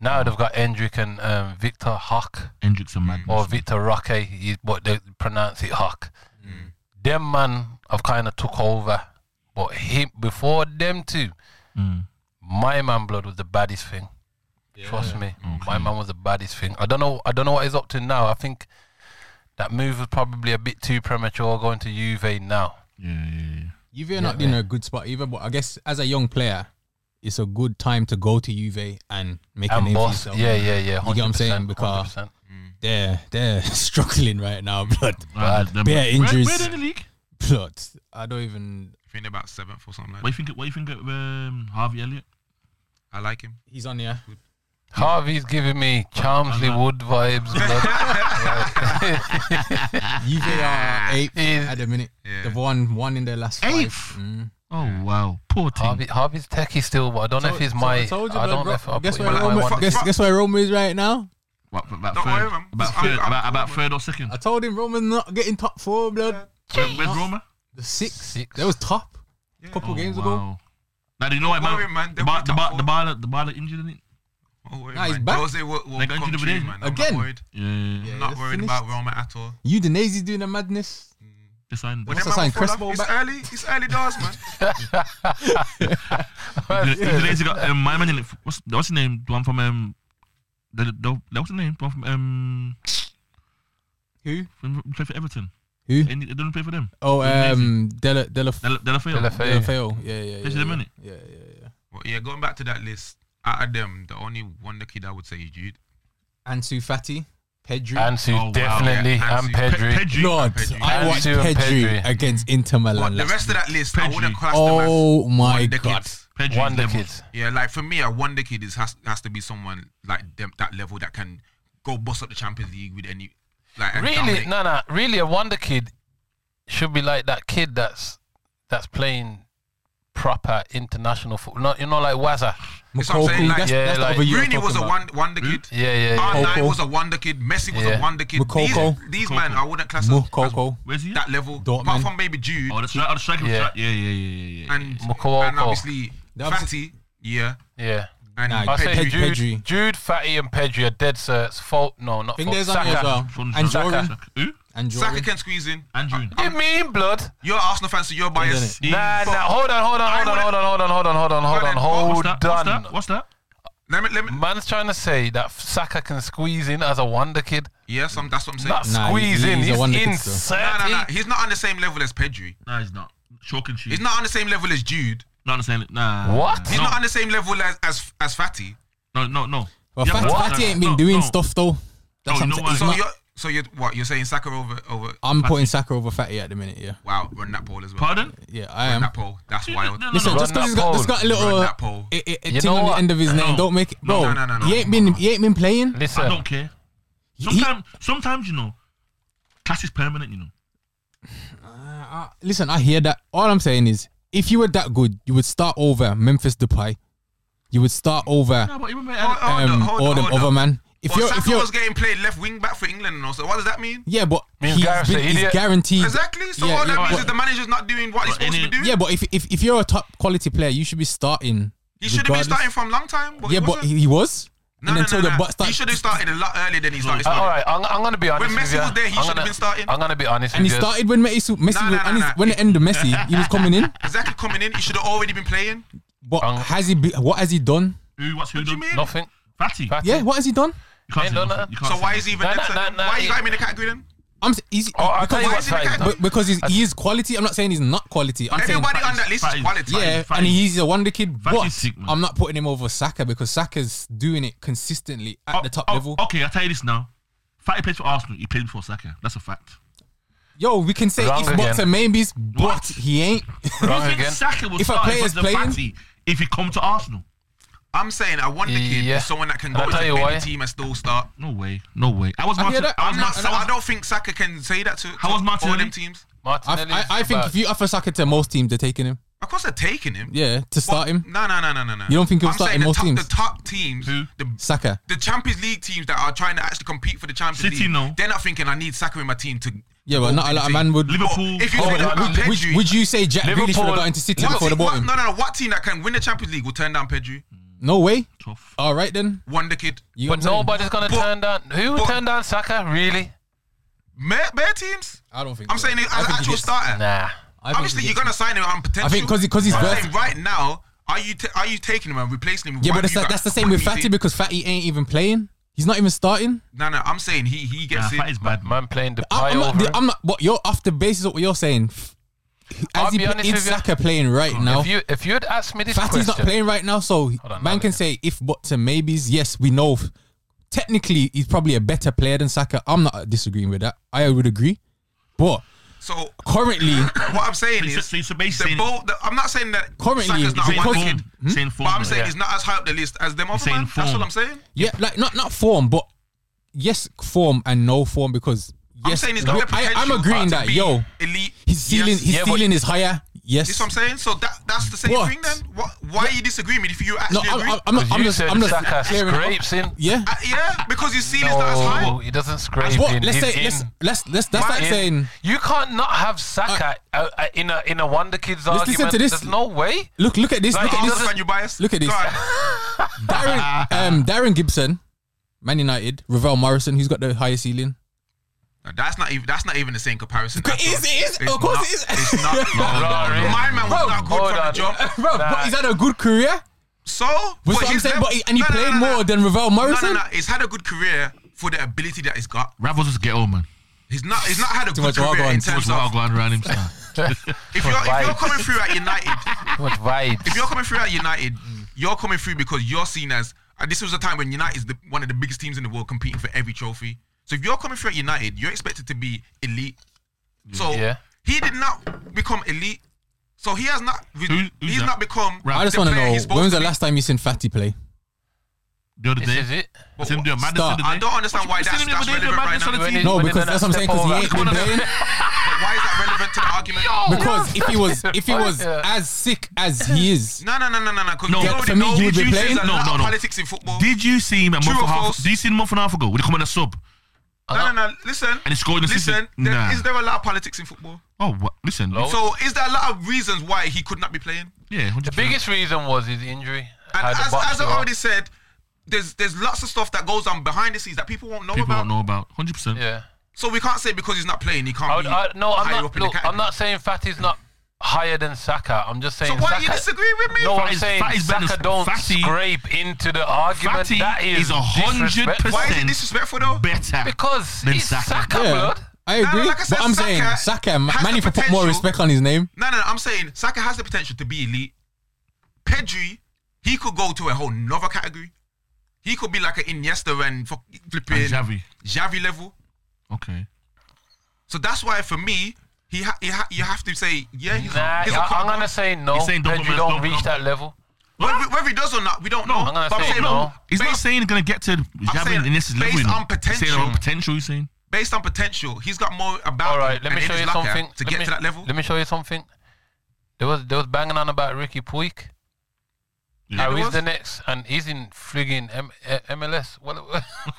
C: Now they've got Endrick and um, Victor Hock
D: Hendricks and Magnus.
C: or Victor Roque, he, but they pronounce it Hock.
D: Mm.
C: Them man have kind of took over, but him before them two,
D: Mm.
C: my man blood was the baddest thing. Trust me,
A: Mm-hmm.
C: my man was the baddest thing. I don't know. I don't know what he's up to now. I think that move was probably a bit too premature going to Juve now.
D: Yeah, yeah, yeah.
A: Juve are not in a good spot either, but I guess as a young player, it's a good time to go to Juve and make a
C: And
A: name for
C: boss,
A: yourself.
C: yeah, yeah, yeah. 100%,
A: You get what I'm saying? Because-
C: 100%.
A: They're they're <laughs> struggling right now, blood.
D: Ah,
C: Bad.
D: them-
A: Bare
D: Where-
A: injuries.
D: Where, they're in the league?
A: Blood. I don't even
B: I think they're about seventh or something like
D: What do
B: that.
D: you think? What do you think of um, Harvey Elliott?
B: I like him.
A: he's on
B: <laughs>
A: here.
C: Harvey's giving me Chelmsley
A: <laughs>
C: Wood vibes. blood.
A: Juve are eighth
C: He's-
A: at the minute.
B: Yeah.
A: They've won one in their last
D: Eighth?
A: five. Mm.
D: Oh wow, poor team.
C: Harvey, Harvey's techie still, but I don't know
A: So-
C: if he's
A: so
C: my.
A: I told you, blood,
C: I don't know
A: bro.
C: if I'll
A: guess,
C: put
A: where
C: him in
B: Well,
C: my
B: I'm
A: Roma,
B: fuck-
C: one.
A: guess,
B: fuck.
A: guess where Roma is right now?
D: What, about
B: Don't worry,
D: third?
B: man.
D: About
B: I'm-
D: third,
B: I'm-
D: about, about third or second?
A: I told him Roma's not getting top four, blood.
D: Where, where's Roma?
A: The six.
C: Six.
A: They was top a
B: Yeah.
A: couple
D: Oh,
A: games ago.
D: wow. Now do you know
B: Don't
D: what, man?
B: worry, man.
D: The
B: They'll
D: bar,
B: be
D: the bar,
B: top
D: the bar, the bar, injured, innit?
B: Don't worry,
A: Nah, he's
B: man.
A: back.
B: Jose will, will
D: They're going
B: come
D: to the
B: true,
D: Brazil.
B: man. I'm
A: Again.
B: not worried.
D: Yeah, yeah, yeah.
A: Yeah,
B: not
A: they're
B: worried
A: finished.
B: about Roma at all.
A: Udinese doing a madness.
B: <laughs>
D: They signed.
B: When
D: Did
A: What's
B: them
A: that
B: man
A: sign,
B: fall
A: Crespo
B: off, it's
A: back?
B: early. It's early doors, man.
D: did they got um, my man in it? What's what's his name? The one from um, the, the, the what's his name? The one from um,
A: Who?
D: from, from, play for Everton.
A: Who?
D: Any, they don't play for them.
A: Oh,
D: Udinese.
A: um, Della Della
D: Del, Delafeu.
C: Delaf-
A: Della Feo. Yeah, yeah, yeah.
D: Is it
A: yeah.
D: a minute?
A: Yeah, yeah, yeah.
B: Well, yeah, going back to that list, out of them, the only one the kid I would say is Jude.
A: Ansu Fati, Pedri.
C: Ansu,
D: Oh, wow.
C: definitely,
B: Yeah,
C: and
B: Ansu.
D: Pe-
C: Pedri.
D: Pedri.
A: Lord,
B: Pedri.
A: I
C: Ansu
A: watched
C: and
A: Pedri,
C: Pedri.
A: against Inter
B: But
A: Milan.
B: the
A: last
B: rest of that list, I wouldn't
D: Pedri.
B: class them as
A: Oh my
B: wonder
A: god!
B: kids.
D: Pedri's
C: Wonder
D: level.
C: kids.
B: Yeah, like for me, a wonder kid is has has to be someone like them, that level that can go bust up the Champions League with any like and
C: Really,
B: dominate.
C: no, no. Really, a wonder kid should be like that kid that's that's playing proper international football. Not you know, like Waza.
B: That's what I'm saying,
A: Mukoko,
B: like-
A: that's,
C: Yeah,
A: that's the
C: like-
A: other you were
B: Rooney was a
A: talking Hmm?
B: one, wonder kid.
C: Yeah, yeah, yeah.
B: R9
A: Coco.
B: was a wonder kid. Messi was
C: Yeah.
B: a wonder kid. These,
A: Mukoko.
B: these man, I wouldn't class
A: about.
B: as, as
A: Mukoko.
D: Where's he? At?
B: that level.
A: Dortmund.
B: Apart from maybe Jude
D: Oh, the stri- oh, the striker.
C: Yeah.
D: Yeah. yeah, yeah, yeah, yeah. yeah.
B: and,
C: Mukoko.
B: and obviously
A: That was-
B: Fatty. Yeah,
C: Yeah.
B: and
A: Nah,
C: I
B: Pedri.
C: say
A: Pedri,
C: Jude,
A: Pedri.
C: Jude, Fatty, and Pedri are dead certs. Fault, no, not
A: I think
C: fault.
A: there's on here as
C: Saka.
A: well.
D: Fun-
A: And
D: Saka.
A: Jordan.
D: Saka. Who?
A: And
B: Saka
A: Jordan.
B: can squeeze in.
D: And June.
C: You mean blood?
B: You're an Arsenal fan, so you're biased.
C: Nah,
B: But-
C: nah. Hold on,
B: I
C: hold on, hold on,
B: wouldn't-
C: hold on, hold on, hold on, hold on, hold on,
D: What's
C: hold
D: that? What's
C: on.
D: that? What's that?
B: Let me, let me.
C: Man's trying to say that Saka can squeeze in as a wonder kid.
B: Yeah, some, that's what I'm saying.
C: Not
A: Nah, he-
C: squeeze in.
A: he's a
C: He's,
A: wonder kid still.
B: Nah, nah, nah.
C: inserting.
B: He's not on the same level as Pedri.
D: No, he's not. Chalk and cheese.
B: He's not on the same level as Jude.
D: Not the same. Nah.
C: What?
B: He's not on the same level as as, as Fatty.
D: No, no, no.
A: Well,
D: Yeah,
A: Fat-
D: but-
A: Fatty ain't been
D: no,
A: doing
D: no.
A: stuff though. That's
D: No,
A: what I'm
D: you know
A: saying.
D: what?
A: It's
B: So
A: not-
B: you're so you're what you're saying Saka over over
A: I'm putting Saka over Fatty at the minute. Yeah,
B: wow run that poll as well.
D: Pardon?
A: yeah, I am.
B: That poll that's
D: No,
B: wild.
D: no, no,
A: Listen,
D: no.
A: just because he's got,
C: Run
A: just
C: that
A: got a little
B: Run
A: uh,
B: that poll.
A: it, it,
C: You
A: thing
C: know
A: on the
C: what?
A: end of his name.
D: No.
A: Don't make it, bro.
B: no, no, no, no,
A: He ain't been, he ain't been playing.
D: I
C: Listen,
D: don't care.
A: He-
D: Sometimes, sometimes you know, class is permanent. You know.
A: Uh, listen, I hear that. All I'm saying is, if you were that good, you would start over Memphis Depay. You would start over
D: No, but even
B: Oh, hold
A: um,
B: up, hold
A: all
B: up,
A: them
B: hold
A: other
B: up.
A: man. If
B: But
A: you're,
B: Saka
A: if you're,
B: was getting played left wing back for England and all. So what does that mean?
A: yeah, but
C: Means
A: he's
C: Gareth's
A: been-
C: an
A: he's
C: idiot.
A: guaranteed.
B: Exactly. So
A: Yeah,
B: all that
A: yeah,
B: means
A: but-
B: is the manager's not doing what he's
D: But
B: supposed to
D: any-
B: be doing.
A: Yeah, but if if, if you're a top quality player, you should be starting.
B: he should have been
A: regardless-
B: starting from long time. But
A: yeah,
B: he
A: but
B: wasn't.
A: he, he was.
B: no,
A: and
B: no,
A: until
B: no,
A: the
B: no.
A: butt started-
B: He should have started a lot earlier than he started.
C: Uh, all
B: starting.
C: right, I'm, I'm gonna be honest
B: When
C: with
B: Messi
C: you.
B: was there, he
C: I'm
B: should have
C: gonna-
B: been starting.
C: I'm gonna be honest
A: and he
C: with you.
A: started when Messi, Messi
B: Nah,
A: was-
B: nah,
A: and
B: nah,
A: his-
B: nah.
A: when it ended Messi, he was coming in.
B: Exactly coming in, he should have already been playing.
A: But
C: Um,
A: has he? Be, what has he done?
D: who, what's who
B: What do you
D: done?
B: mean?
C: Nothing.
D: Fatty. You
C: Fatty.
A: Yeah, what has he done?
D: can't
C: Ain't
D: say
C: done
D: nothing.
C: that.
D: You can't
B: So
D: say
B: why is he even?
C: No,
B: there?
C: no, no, no,
B: why you got
C: he-
B: him in the category then?
A: I'm s- he's,
C: Oh, I'll tell
A: because,
C: you
B: why
C: what
B: is he in the
C: Fatty's
B: category?
C: done.
A: but- because he's, he is quality. I'm not saying he's not quality. I'm saying
B: Everybody on that
D: Fatty's-
B: list
D: Fatty's-
B: is quality.
D: Fatty's-
A: Yeah,
D: Fatty's-
A: and he's a wonder kid.
D: Fatty's
A: But
D: sick, man.
A: I'm not putting him over Saka because Saka's doing it consistently at
D: Oh,
A: the top
D: oh,
A: level.
D: Okay, I'll tell you this now. Fatty plays for Arsenal. He played before Saka. That's a fact.
A: Yo, we can say
C: Wrong
A: if buts
C: again.
A: and maybes, but
D: What?
A: he ain't.
C: Wrong
D: You think
C: again.
D: Saka will
A: If a
D: start
A: player's
D: because of
A: playing-
D: Fatty if he come to Arsenal?
B: I'm saying I want the kid
C: Yeah.
B: is someone that can
C: And
B: go
C: I'll
B: into
C: tell you why.
B: any team and still start.
D: No way. No way. I was
A: I hear
D: Martin.
A: that.
D: I
B: I'm
D: was
B: not.
D: Martin.
B: So I don't think Saka can say that to, to
D: How was
B: all
D: Martinelli?
B: them teams.
A: I,
C: Martinelli.
A: I, I think if you offer Saka to most teams, they're taking him.
B: Of course, they're taking him.
A: Yeah, to start him,
B: No, no, no, no, no, no.
A: You don't think he'll
B: I'm
A: start
B: saying
A: in
B: the
A: most
B: top,
A: teams?
B: The top teams,
D: Who?
B: the
A: Saka.
B: the Champions League teams that are trying to actually compete for the Champions
D: City,
B: League.
D: no.
B: They're not thinking I need Saka in my team to.
A: Yeah, but not a lot of man would.
D: Liverpool-
B: If you
C: Oh,
B: look at
C: would-
B: Pedri,
A: Would, would you say Jack Grealish would have
C: Liverpool-
A: got into City
B: what
A: before they
B: team-
A: bought
B: what-
A: him?
B: no, no, no. What team that can win the Champions League will turn down Pedri?
A: No way.
D: Tough.
A: All right then.
B: Wonder kid.
A: You
C: but
A: know what I'm saying?
C: nobody's gonna
B: But-
C: turn down. Who would
B: but-
C: turn down Saka? Really?
B: Bare, bare teams.
A: I don't think.
B: I'm
A: so.
B: saying as
A: I
B: an
A: think he
B: actual
A: gets-
B: starter.
C: Nah.
A: I think
B: Obviously,
A: he
B: you're
A: gets-
B: gonna sign him on potential.
A: I think 'cause he- 'cause he's
B: I'm
A: versatile.
B: saying right now, are you ta- are you taking him and replacing him? With
A: Yeah, but
B: one
A: that's,
B: you
A: the-
B: got?
A: that's the same with
B: What do you
A: Fatty
B: think?
A: because Fatty ain't even playing. He's not even starting.
B: No, no, I'm saying he he
D: Nah,
B: gets
D: Fatty's
B: it.
D: bad, man.
C: Man playing the
A: I,
C: pie
A: I'm, not,
C: over. him.
A: I'm not. What you're off the basis of what you're saying.
C: I'll
A: As he
C: be
A: pl-
C: honest
A: is
C: with you.
A: Saka playing right now?
C: If you if you'd asked me this
A: Fatty's not
C: question,
A: playing right now, so
C: on,
A: man
C: now
A: can
C: listen.
A: say if buts and maybes. Yes, we know. f- Technically, he's probably a better player than Saka. I'm not disagreeing with that. I would agree, but
B: So
A: currently,
B: what I'm saying
D: So,
B: is,
D: so, so
B: the
D: basically,
B: ball. The, I'm not saying that
A: Currently,
B: Saka's not
A: he's
B: a
D: saying
A: because-
B: one
D: form,
B: kid,
D: saying form,
B: but I'm
D: man.
B: saying
C: yeah.
B: he's not as high up the list as them other
D: saying
B: man. That's
D: form.
B: what I'm saying.
A: yeah, like not not form, but yes, form and no form because
B: I'm
A: yes,
B: saying he's got
A: we-
B: the
A: I,
B: potential.
A: I'm agreeing
B: to
A: that
B: be
A: yo,
B: elite.
A: his ceiling
B: Yes.
A: his
C: Yeah, but-
A: ceiling is higher. Yes,
B: That's what I'm saying. So that that's the same
A: But-
B: thing then. What, why are you disagreeing with me if you
A: No,
B: actually
A: I'm,
B: agree?
A: I'm, I'm not.
C: because
A: I'm
C: you
A: just.
C: said
A: I'm just
C: Saka
A: clearing up.
C: scrapes in.
A: Yeah.
B: Uh, yeah, because his ceiling's not as
C: No,
B: high.
C: he doesn't scrape
A: What?
C: in.
A: Let's
C: He's
A: say.
C: in.
A: Let's. Let's. Let's. That's
C: He's
A: like
C: in.
A: saying.
C: you can't not have Saka uh, uh, in a in a Wonder Kids
A: listen
C: argument.
A: to this.
C: There's no way.
A: <laughs> Look. Look at this.
C: Like,
A: Look at
C: he
A: this.
C: doesn't-
B: Arsenal fan, you biased.
A: Look at this.
B: Go on.
A: Darren. Um. Darren Gibson, Man United. Ravel Morrison. Who's got the highest
B: <laughs>
A: ceiling?
B: No, That's not even that's not even the same comparison.
A: It
B: at all.
A: is, it is. Of course
B: not,
A: it is.
B: It's
A: <laughs>
B: not. no,
C: Nah,
B: no, no.
C: really.
B: My man was
A: Bro,
B: not good
C: hold
B: from the
C: on.
B: jump.
A: Bro, but
C: Nah.
A: he's had a good career.
B: So,
A: That's what I'm
B: his
A: saying.
B: level-
A: But he, and he
B: No, no,
A: played
B: no, no.
A: more than Ravel
B: No,
A: Morrison.
B: no, no. He's had a good career for the ability that he's got.
D: Ravels just get on, man.
B: He's not. He's not had a
A: Too
B: good
A: much
B: career
A: argon,
B: in
A: too
B: terms
D: That's
B: of.
D: what I'll go around him.
C: Too
D: son.
B: If
C: much
B: you're if you're
C: vibes.
B: coming through at United,
C: Too much vibes.
B: if you're coming through at United, you're coming through because you're seen as. And this was a time when United is the, one of the biggest teams in the world, competing for every trophy. So if you're coming through at United, you're expected to be elite. So
C: Yeah.
B: he did not become elite. So he has not. re-
D: Who- who's
B: he's
D: that?
B: not become.
A: I just
B: the
A: want to
B: player
A: know
B: he's supposed
A: when was the
B: to be.
A: last time you seen Fatty play?
D: The other
C: this is
D: day,
C: it.
D: I seen him do a madness
A: Start.
D: the other
B: I
D: day.
B: don't understand why
D: What you
B: that's,
D: seen him
B: that's
D: the other day,
B: relevant
D: man?
B: right
D: That's
B: now.
D: on the
C: When
D: TV.
C: he-
A: No,
C: when
A: because
C: done
A: that's what I'm
C: that
A: saying.
C: step
A: Because he ain't
C: over.
A: been
B: <laughs>
A: playing.
B: But why is that relevant to the argument?
A: Because if he was, if he
C: Oh,
A: was
C: yeah.
A: as sick as he is,
B: No, no, no, no, no, no. Because
D: No,
B: you
D: for
B: already
A: me,
B: know
A: you would be playing-
B: reduces a
D: No,
B: lot
D: no,
B: of
D: no.
B: politics in football.
D: Did you see him a month
B: True or
D: and a half?
B: false?
D: Did you see him a month and a half ago? When he come on a sub.
B: no, no, no. Listen.
D: And he scored an assist.
B: Listen, there,
D: Nah.
B: is there a lot of politics in football?
D: Oh, what? listen.
C: No.
B: So is there a lot of reasons why he could not be playing?
D: Yeah, 100%.
C: The biggest reason was his injury.
B: And
C: How the
B: as,
C: box
B: as I
C: go up.
B: already said, there's there's lots of stuff that goes on behind the scenes that people won't know
D: people
B: about.
D: don't know about. 100%.
C: Yeah.
B: So we can't say because he's not playing, he can't
C: I would,
B: be
C: I, no, I'm
B: higher
C: not.
B: up in the
C: Look, I'm
B: category.
C: not saying Fatty's not higher than Saka. I'm just
B: So
C: saying.
B: why
C: Saka,
B: are you disagreeing with me?
C: No, I'm
D: Fatty's-
C: saying
D: Fatty's better
C: Saka
D: than
C: don't
D: Fatty.
C: scrape into the argument.
D: Fatty
C: that is
D: is a hundred
C: disrespectful.
B: Why
D: percent-
B: is it disrespectful though?
D: Better.
C: Because
D: Than
C: it's
D: Saka.
C: Saka,
A: yeah,
C: blood.
A: I
B: No, no,
A: agree.
B: like I said,
A: but I'm
B: Saka
A: saying Saka,
B: has
A: Manny,
B: the
A: for put more
B: potential.
A: respect on his name.
B: No, no, no, I'm saying Saka has the potential to be elite. Pedri, he could go to a whole nother category. He could be like an Iniesta and fuck- flipping
D: And Xavi.
B: Xavi level.
D: Okay.
B: So that's why for me, he, ha- he ha- you have to say, yeah, he's,
C: Nah,
B: he's a
C: I,
B: cup
C: am gonna
B: goal.
C: say no.
D: He's saying
C: Pedri
D: Doberman's
C: don't
D: don't
C: reach
D: come.
C: that level.
B: whether, whether he does or not, we don't know.
C: I'm gonna
B: But
C: say
B: saying
C: no.
D: He's not
B: based-
D: saying he's gonna get to Xavi
B: saying
D: and Iniesta's level.
B: based
D: you know.
B: on
D: He's saying
B: potential.
D: on potential. He's saying.
B: based on potential, he's got more about
C: All
B: him
C: right, let me
B: and in
C: show
B: his
C: you
B: locker
C: something.
B: to
C: Let
B: get
C: me-
B: to that level.
C: Let me show you something. There was there was banging on about Ricky Puig.
D: Yeah.
C: How
B: there
C: he's
B: was.
C: the next, and he's in frigging M- eh, MLS. What, <laughs>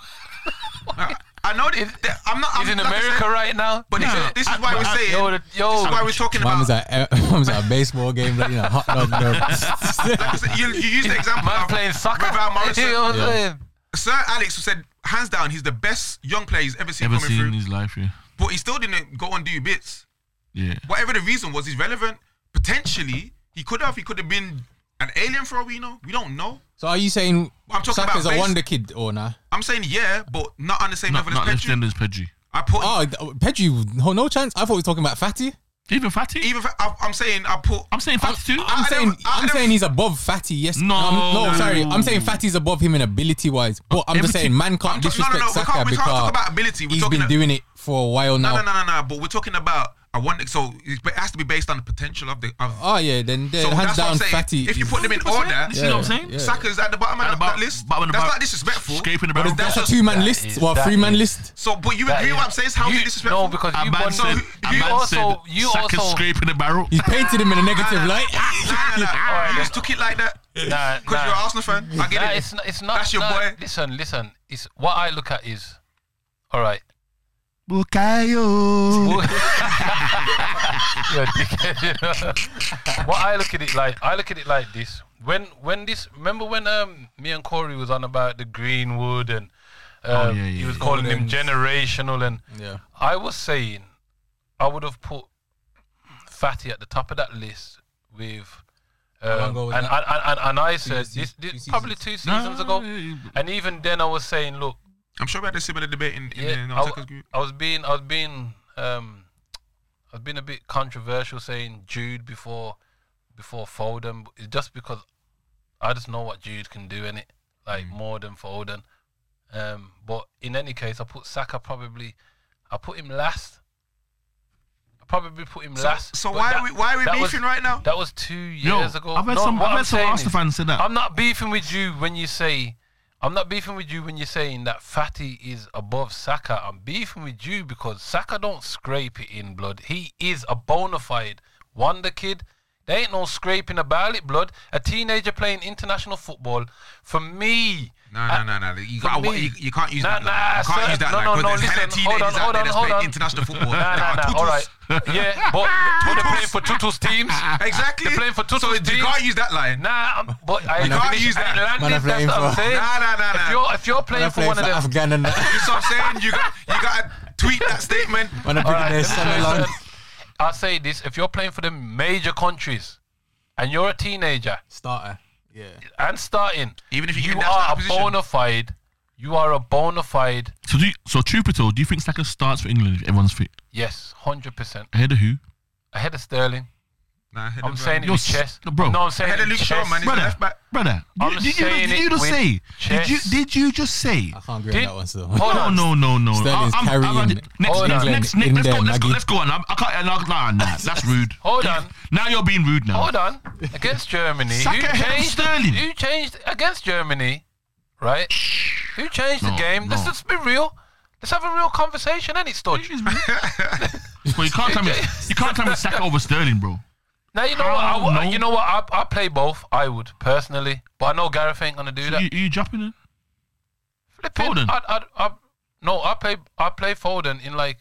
B: I- I know that, that- I'm not. I'm,
C: he's in
B: like I said,
C: America right now.
B: but this,
C: Nah.
B: is, this is why we're
C: I-
B: saying.
C: yo, the-
B: this
C: yo.
B: is why we're talking
A: Mine
B: about.
A: was at <laughs> mine was at a baseball game, like, you know, hot dog.
B: <laughs>
A: dog.
B: Like I said, you, you use the example
C: Man
B: of
C: playing soccer. <laughs>
B: Ravel Morrison.
C: You know what I'm
A: Yeah.
C: saying?
B: Sir Alex said, hands down, he's the best young player he's ever seen
D: Ever
B: coming
D: seen in
B: through.
D: his life? Yeah.
B: But he still didn't go and do bits.
D: Yeah.
B: Whatever the reason was, he's relevant. Potentially, he could have. He could have been an alien for all we know. We don't know.
A: so are you saying
B: I'm talking
A: Saka's
B: about
A: a
B: base-
A: wonder kid or nah?
B: I'm saying yeah, but not on the same
D: Not
B: level
D: not
B: as
D: left
B: Pedri.
D: handed as Pedri.
B: I put
A: Oh, Pedri, no, no chance. I thought we were talking about Fatty.
D: Even Fatty.
B: even. if- I, I'm saying I put.
D: I'm saying Fatty too.
A: I'm
B: I
A: saying
B: don't- I
A: I'm
B: don't-
A: saying he's above Fatty. Yes,
D: No.
A: I'm- no, sorry, I'm saying Fatty's above him in ability wise. But I'm just
D: Everything-
A: saying man
B: I'm
A: can't
B: t- no,
A: disrespect
B: no, no, we
A: Saka
B: can't- we can't
A: because
B: talk about ability, we're
A: he's
B: talking
A: been
B: a-
A: doing it for a while now.
B: No, no, no, no, no. But we're talking about I want. So it has to be based on the potential of the. Of,
A: Oh yeah, then then
B: so
A: hands
B: that's what
A: down
B: I'm saying.
A: Fatty.
B: If you
A: is-
B: put them in order,
D: You see what I'm saying?
A: Yeah.
B: Saka's at the bottom of
D: At
B: that,
D: the bottom-
B: that list.
D: bottom of the
B: that's
D: bottom.
B: not disrespectful.
D: Scraping the
B: But
D: barrel.
B: that's
A: that's a
B: just-
A: two man
C: that
A: list
C: is-
A: or a
C: that
A: three man
C: is-
A: list.
B: So, but you
C: That
B: agree
C: is-
B: with what I'm saying? Is how
C: you,
B: is it disrespectful?
C: No, because
D: A
C: you,
D: man
C: bond,
D: said. A
C: you
D: man
C: also,
D: said.
C: you
D: Saka's
C: also,
D: scraping the barrel.
A: He's painted him in a negative
B: <laughs> Nah, nah.
A: light.
B: Nah, nah, nah.
C: Alright,
B: You just took it like that because <laughs>
C: nah, nah.
B: you're an Arsenal fan. I get
C: Nah,
B: it.
C: it's not. It's not.
B: That's your
C: nah,
B: boy.
C: Listen, listen. It's what I look at is, all right.
D: Bukayo.
C: <laughs> Well- You're a dickhead. what I look at it like, I look at it like this. When when this, remember when um me and Corey was on about the Greenwood and um,
D: Oh, yeah,
C: he
D: yeah,
C: was
D: yeah.
C: calling him
A: Golden's.
C: generational and
A: Yeah.
C: I was saying I would have put Fatty at the top of that list with. Um,
A: ago was
C: and, and,
A: that?
C: and, and I said
A: se-
C: this,
A: two
C: this
A: seasons.
C: probably two seasons
D: Nah,
C: ago,
D: yeah, yeah.
C: and even then I was saying, look,
B: I'm sure we had a similar debate in, in
C: yeah,
B: the
C: I,
B: no Saka's
C: w-
B: group.
C: I was being, I was being, um, I was being a bit controversial saying Jude before, before Foden, b- just because I just know what Jude can do in it,
B: Mm.
C: like more than Foden. Um, but in any case, I put Saka probably, I put him last. I probably put him
B: So,
C: last.
B: so
C: but
B: why
C: that-
B: are we why are we
C: that was-
B: beefing right now?
C: That was two
D: Yo,
C: years ago.
D: I've had
C: No,
D: some.
C: what
D: I've
C: I'm
D: had some
C: saying
D: Arsenal
C: is-
D: fans say
C: <laughs>
D: that.
C: I'm not beefing with you when you say I'm not beefing with you when you're saying that Fatty is above Saka. I'm beefing with you because Saka don't scrape it in blood. He is a bona fide wonder kid. There ain't no scraping about it, blood. A teenager playing international football. For me,
B: No, no, no, no. You,
C: for
B: gotta,
C: me-
B: you, you can't use
C: Nah,
B: that.
C: nah,
B: line. You can't
C: sir.
B: use that.
C: No,
B: line,
C: no,
B: 'cause
C: no,
B: there's hella
C: listen,
B: teenagers
C: hold on,
B: out
C: hold
B: there
C: on,
B: that's
C: hold
B: playing
C: on.
B: international football.
C: <laughs> nah, nah, nah. All right, yeah, but but they're playing for Tutu's teams.
B: Exactly.
C: They're playing for Tutu's
B: So
C: teams.
B: you can't use that line.
C: Nah, I'm, but I
B: You can't
C: ain't
B: use that.
C: landed,
A: Man, I'm
C: that's
A: playing
C: what I'm
A: for-
C: saying.
B: Nah, nah, nah, nah.
C: If you're if you're playing
A: Man,
C: for one of
A: for
C: them,
A: Afghan and that.
B: You see what I'm saying? You got you gotta tweet that statement.
A: Man, I'm bringing
C: Alright,
A: their
C: let me
A: son
B: <laughs>
C: tell you
A: along.
C: something. I'll say this: if you're playing for the major countries, and you're a teenager
A: Starter. Yeah.
C: and starting,
B: Even if you get in that
C: are
B: starting
C: a
B: position.
C: bona fide, you are a bona fide.
D: So, do you, so truth be told, do you think Saka starts for England if everyone's fit?
C: Yes, hundred percent
D: Ahead of who?
C: ahead of Sterling.
B: Nah, head
C: I'm
B: of-
C: saying it
D: You're
C: with
D: s-
C: chest.
D: bro.
C: no, I'm saying
B: Head
C: it
B: of
C: with
B: Luke Shaw,
C: chest.
B: man. He's a
D: Brother.
B: left back.
D: Brother,
C: I'm
D: you, did, you,
C: saying
D: did you
C: it
D: just
C: with
D: say? Did you
C: chest.
D: did you just say?
A: I can't agree
C: Did-
A: on that one still. <laughs>
C: Hold
D: No,
C: on.
D: no, no, no.
A: Sterling's
D: had
A: carrying
D: it. next,
C: Hold
D: next,
C: on.
D: next,
A: in
D: next, let's,
A: there,
D: go, let's go.
A: Maggie.
D: Let's go on. I'm- I can't. Nah,
C: <laughs>
D: nah, nah that's rude.
C: Hold on.
D: Now you're being rude. Now.
C: Hold on. Against Germany,
D: Saka
C: who
D: ahead of
C: changed
D: Sterling.
C: Who changed against Germany, right? Who changed the
D: No,
C: game? Let's
D: no.
C: just be real. Let's have a real conversation, any Stodge.
D: But you
C: <laughs>
D: can't tell me. You can't tell me Saka over Sterling, bro.
C: Now you know what I,
D: Hell
C: would-
D: no.
C: you know what I, I play both. I would personally, but I know Gareth ain't gonna do that.
D: You, you dropping it?
C: Flipping,
D: Foden?
C: I, I, I, no, I play I play Foden in like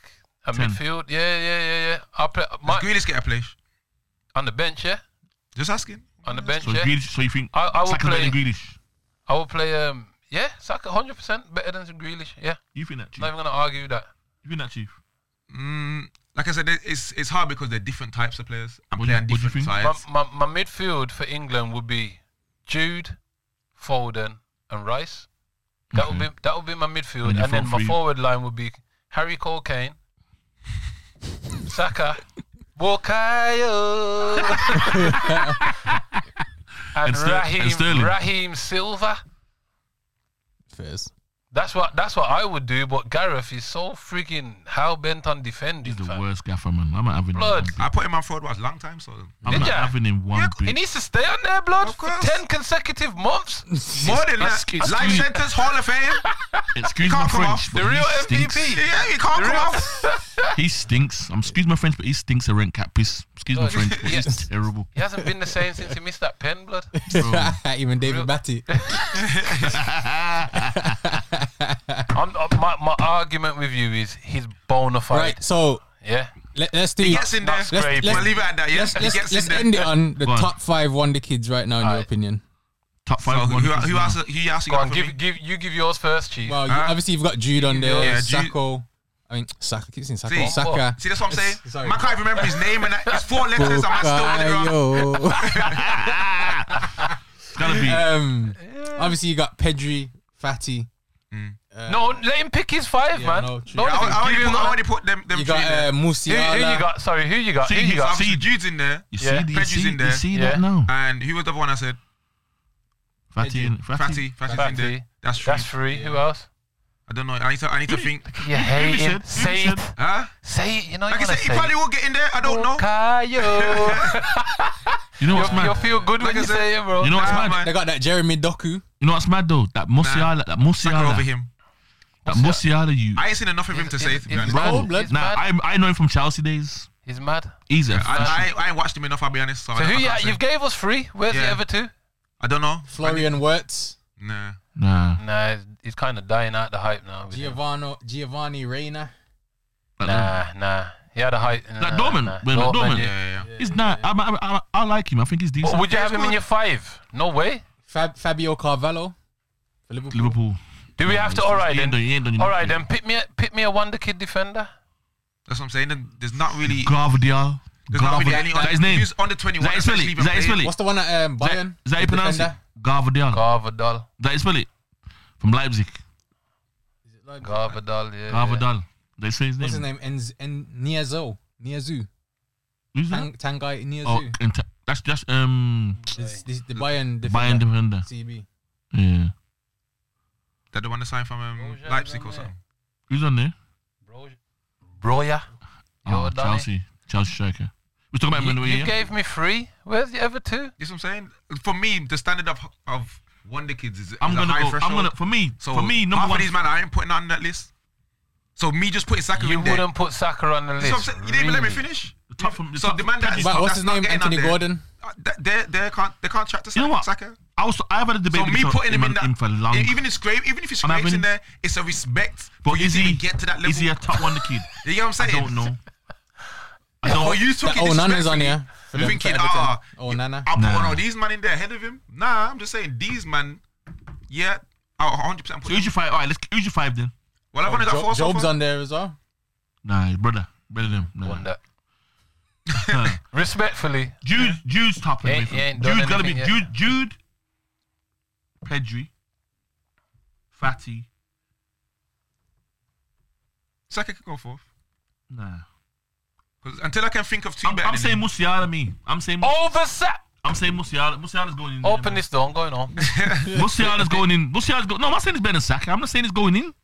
C: a
D: Ten.
C: midfield. Yeah, yeah, yeah, yeah. I play
B: Does
C: my,
B: Grealish get a play?
C: on the bench. Yeah,
B: Just asking.
C: on the bench.
D: So,
C: Yeah,
D: Grealish, so you think
C: I- I would
D: Saka's better than
C: play-
D: Grealish?
C: I will play. Um, yeah, Saka, hundred percent better than Grealish. Yeah,
D: You think that, chief?
C: not even gonna argue that.
D: You think that, chief?
B: Mm, like I said, it- it's it's hard because they're different types of players and
D: What do you-
B: playing
D: what do you
B: different
D: think?
C: My,
B: sides.
C: my my midfield for England would be Jude, Foden, and Rice. That would be that would be my midfield,
D: Mm-hmm. And your
C: and then
D: front
C: my
D: three.
C: forward line would be Harry Cole, Kane,
D: <laughs>
C: Saka, Bukayo. and,
D: and, Ster-
C: Raheem,
D: and Sterling.
C: Raheem Silva.
A: Fairs.
C: That's what that's what I would do. But Gareth is so freaking hell bent on defending.
D: He's the
C: fam.
D: worst gaffer, man. I'm not having him.
C: Blood.
D: one bit.
B: I put him on forward was long time, so
D: I'm
C: Did
D: not
C: ya?
D: having him one
B: Yeah,
C: He
D: bit.
C: needs to stay on there, blood,
B: Of
C: for
B: course.
C: ten consecutive months.
B: more than that.
D: Excuse-
B: Life
D: excuse-
B: sentence, Hall of Fame.
D: Excuse
B: can't
D: my
B: come
D: French,
B: off.
D: but
C: The
D: he
C: real
D: stinks.
C: MVP.
B: Yeah, he can't come off.
D: He stinks. I'm excuse my French, but he stinks a rent cap piece. Excuse my
C: Blood.
D: French, but
C: Oh, <laughs> Yes.
D: he's terrible.
C: He hasn't been the same since he missed that pen, blood.
A: <laughs> Even David
B: <laughs>
A: Batty.
C: I'm, uh, my, my argument with you is he's bona fide.
A: Right, so
C: Yeah.
A: let, us do.
B: He gets in there.
C: That's
B: Let's,
C: great,
A: let's-
B: we'll leave it at that. Yeah,
A: Let's,
B: he
A: let's,
B: gets
A: let's
B: in there.
A: end it on the
D: Go on.
A: top five wonder kids right now, in your
C: Alright.
A: opinion.
D: Top
B: So
D: five.
B: who,
D: one
B: who,
D: is
B: who
D: now.
B: else? Who else? you
C: Go
B: got
C: on,
B: for me?
C: give give you give yours first, chief.
A: Well, you,
B: Huh?
A: obviously you've got Jude on there,
B: Yeah, Jude-
A: Sacco. I mean, Saka. I keep saying Sacco.
B: See?
A: Saka.
B: See, that's what I'm saying.
A: Sorry.
B: Man can't even remember his name, and that- it's four letters. I'm still with it wrong.
A: Bukayo.
B: <laughs>
D: It's gotta be.
A: um, obviously you got Pedri, Fatty.
C: no, let him pick his five,
A: Yeah,
C: man.
A: no,
C: No,
A: true.
B: I,
A: Yeah,
B: I,
C: give
B: already
C: him
B: put, I
C: one.
B: already put them. them
A: You
B: three
A: got
B: in there.
A: uh,
C: Who,
A: Musiala.
C: who you got? Sorry, who you got?
D: See,
C: who you
D: he's
C: got?
D: up-
B: Obviously, Jude's in there,
D: you
C: yeah,
D: see, the, you
B: Pedri's
D: see,
B: in there.
D: you see
C: Yeah.
D: that now?
B: and who was the other one I said?
D: Fatty, and-
B: Fatty.
D: Fatty.
B: Fatty's in
C: Fatty.
B: there. That's true.
C: That's three. Who else?
B: I don't know. I need to. I need to think.
C: You hate
D: Who
C: him.
D: said- who
C: Say it.
D: said-
B: Huh?
C: Say it. You know
B: Like
C: you
B: I
C: want
B: said,
C: to
B: he
C: say
B: probably
C: it.
B: will get in there. I don't know. <laughs>
C: Bukayo. <laughs>
D: You know what's
C: You'll, you'll
D: mad?
C: feel good when
B: Like I
C: you
B: said,
C: say it, bro.
D: You know what's
B: Nah,
D: mad?
B: man.
A: They got that Jeremy Doku.
D: You know what's mad though? That Musiala,
B: Saka
D: that
B: over
D: Musiala,
B: him.
D: that Musiala, you.
B: I ain't seen enough of him to
C: Is-
B: say.
C: is-
B: To be
C: is
B: honest.
D: Bro,
A: cold blood.
D: Nah, I I know him from Chelsea days.
C: He's mad.
D: He's a fashion.
B: I, I, I ain't watched him enough. I'll be honest. So,
C: So
B: I,
C: who
B: I
C: you,
B: can't say.
C: you've gave us three. Where's the
B: Yeah.
C: other two?
B: I don't know.
A: Florian Wirtz,
B: Nah.
D: Nah,
C: Nah, he's, he's kind of dying out the hype now. with him.
A: Giovanni, Giovanni Reina.
D: Like that.
C: Nah, nah. He had a hype.
D: Like
C: nah,
D: Dortmund.
C: nah.
D: Wait a minute, Dortmund.
B: Yeah,
C: yeah.
B: yeah, yeah.
D: He's not. I'm, I'm, I'm, I like him. I think he's decent.
C: But would you
B: Yeah,
C: have him in
B: squad.
C: your five? No way.
A: Fab, Fabio Carvalho for Liverpool.
D: Liverpool.
C: Do we have to? All right then. All right then. Pick me, a, pick me a wonder kid defender.
B: That's what I'm saying. Then There's not really.
D: Gravdia.
B: There's not really
D: Gravdia.
B: any
D: Is that
B: other-
D: his name?
B: He's
D: Is
B: under 21.
D: that his spell it?
B: especially
D: Is that his
B: even
D: spell it?
A: What's the one at um,
D: Is that-
A: Bayern?
D: Is that how you
A: The
D: pronounce it?
A: defender?
D: Gravdia.
C: Garvadal.
D: Is that how you spell it? From Leipzig.
C: Garvadal. Yeah.
D: Gravdal. They say his name.
A: What's his name? Enz, en, Niazo. Niazu.
D: Who's that?
A: Tang, Tangai Niazu.
D: Oh, and ta- that's just um
A: This, this, the Bayern
D: Bayern
A: defender.
D: defender.
A: CB.
D: Yeah.
B: That the one that signed from um,
C: Roger
B: Leipzig or
C: Ramon.
B: something.
D: Who's on there?
C: Bro, Broya.
D: Oh,
C: You're done, eh?
D: Chelsea. Chelsea striker. We was talking about him in
C: You,
D: the
C: you
D: way.
C: gave me three. Where's the other two?
B: You know what I'm saying? For me, the standard of of Wonder Kids is, is
D: I'm
B: a
D: gonna
B: high
D: go.
B: threshold.
D: I'm gonna for me.
B: so
D: for me, number
B: half
D: one.
B: of these man, I ain't putting on that list. So me just putting Saka
C: You
B: in there.
C: wouldn't put Saka on the
B: That's what I'm
C: list.
B: saying. You didn't even let me
C: really.
B: finish.
D: the top from, the
B: So
D: top,
B: the man that is
A: But
B: not,
A: what's
B: that's
A: his
B: not
A: name?
B: getting on
A: Anthony
B: there.
A: Gordon.
B: Uh, th- They they can't they can't track to Saka.
D: You know what?
B: Saka.
D: I was I've had a debate.
B: So
D: with
B: me
D: Sol-
B: putting him in
D: him,
B: that,
D: for long.
B: even if scrape, even if he scrapes
D: having-
B: in there, it's a respect. for
D: but
B: you
D: is
B: to
D: he
B: even get to that level?
D: Is he a top one
B: <laughs>
D: kid?
B: you get what I'm
D: I
B: saying?
D: don't know. I
B: Oh,
D: don't.
B: you took
A: That
B: it
A: Onana's on
B: disrespectfully.
A: here. for
B: You're
A: them,
B: thinking,
A: for Everton.
B: ah,
A: Onana.
B: I'm putting
D: Nah.
B: all these man in there ahead of him. Nah, I'm just saying these man. Yeah, I'll 100 percent
D: So
B: put.
D: who's your five? All right, let's. Who's your five then?
B: Well, I've only got
A: Jo-
B: four so
A: Job's
B: far.
A: on there as well.
D: Nah, his brother, brother than him. Nah. <laughs>
C: Wonder. Respectfully,
D: Jude, Jude's top.
C: He ain't-
D: Jude
C: he ain't done
D: gotta be
C: anything
D: Jude, Jude, Pedri, Fatty.
B: Saka could go fourth.
D: Nah,
B: 'Cause until I can think of two
D: I'm,
B: better.
D: I'm
B: than
D: saying
B: him.
D: Musiala. Me, I'm saying.
C: over Saka.
D: I'm saying Musiala. Musiala's going in.
C: Open this door. I'm going on.
D: Musiala's going in. Musiala's going. No, I'm not saying it's better than Saka. I'm not saying it's going in.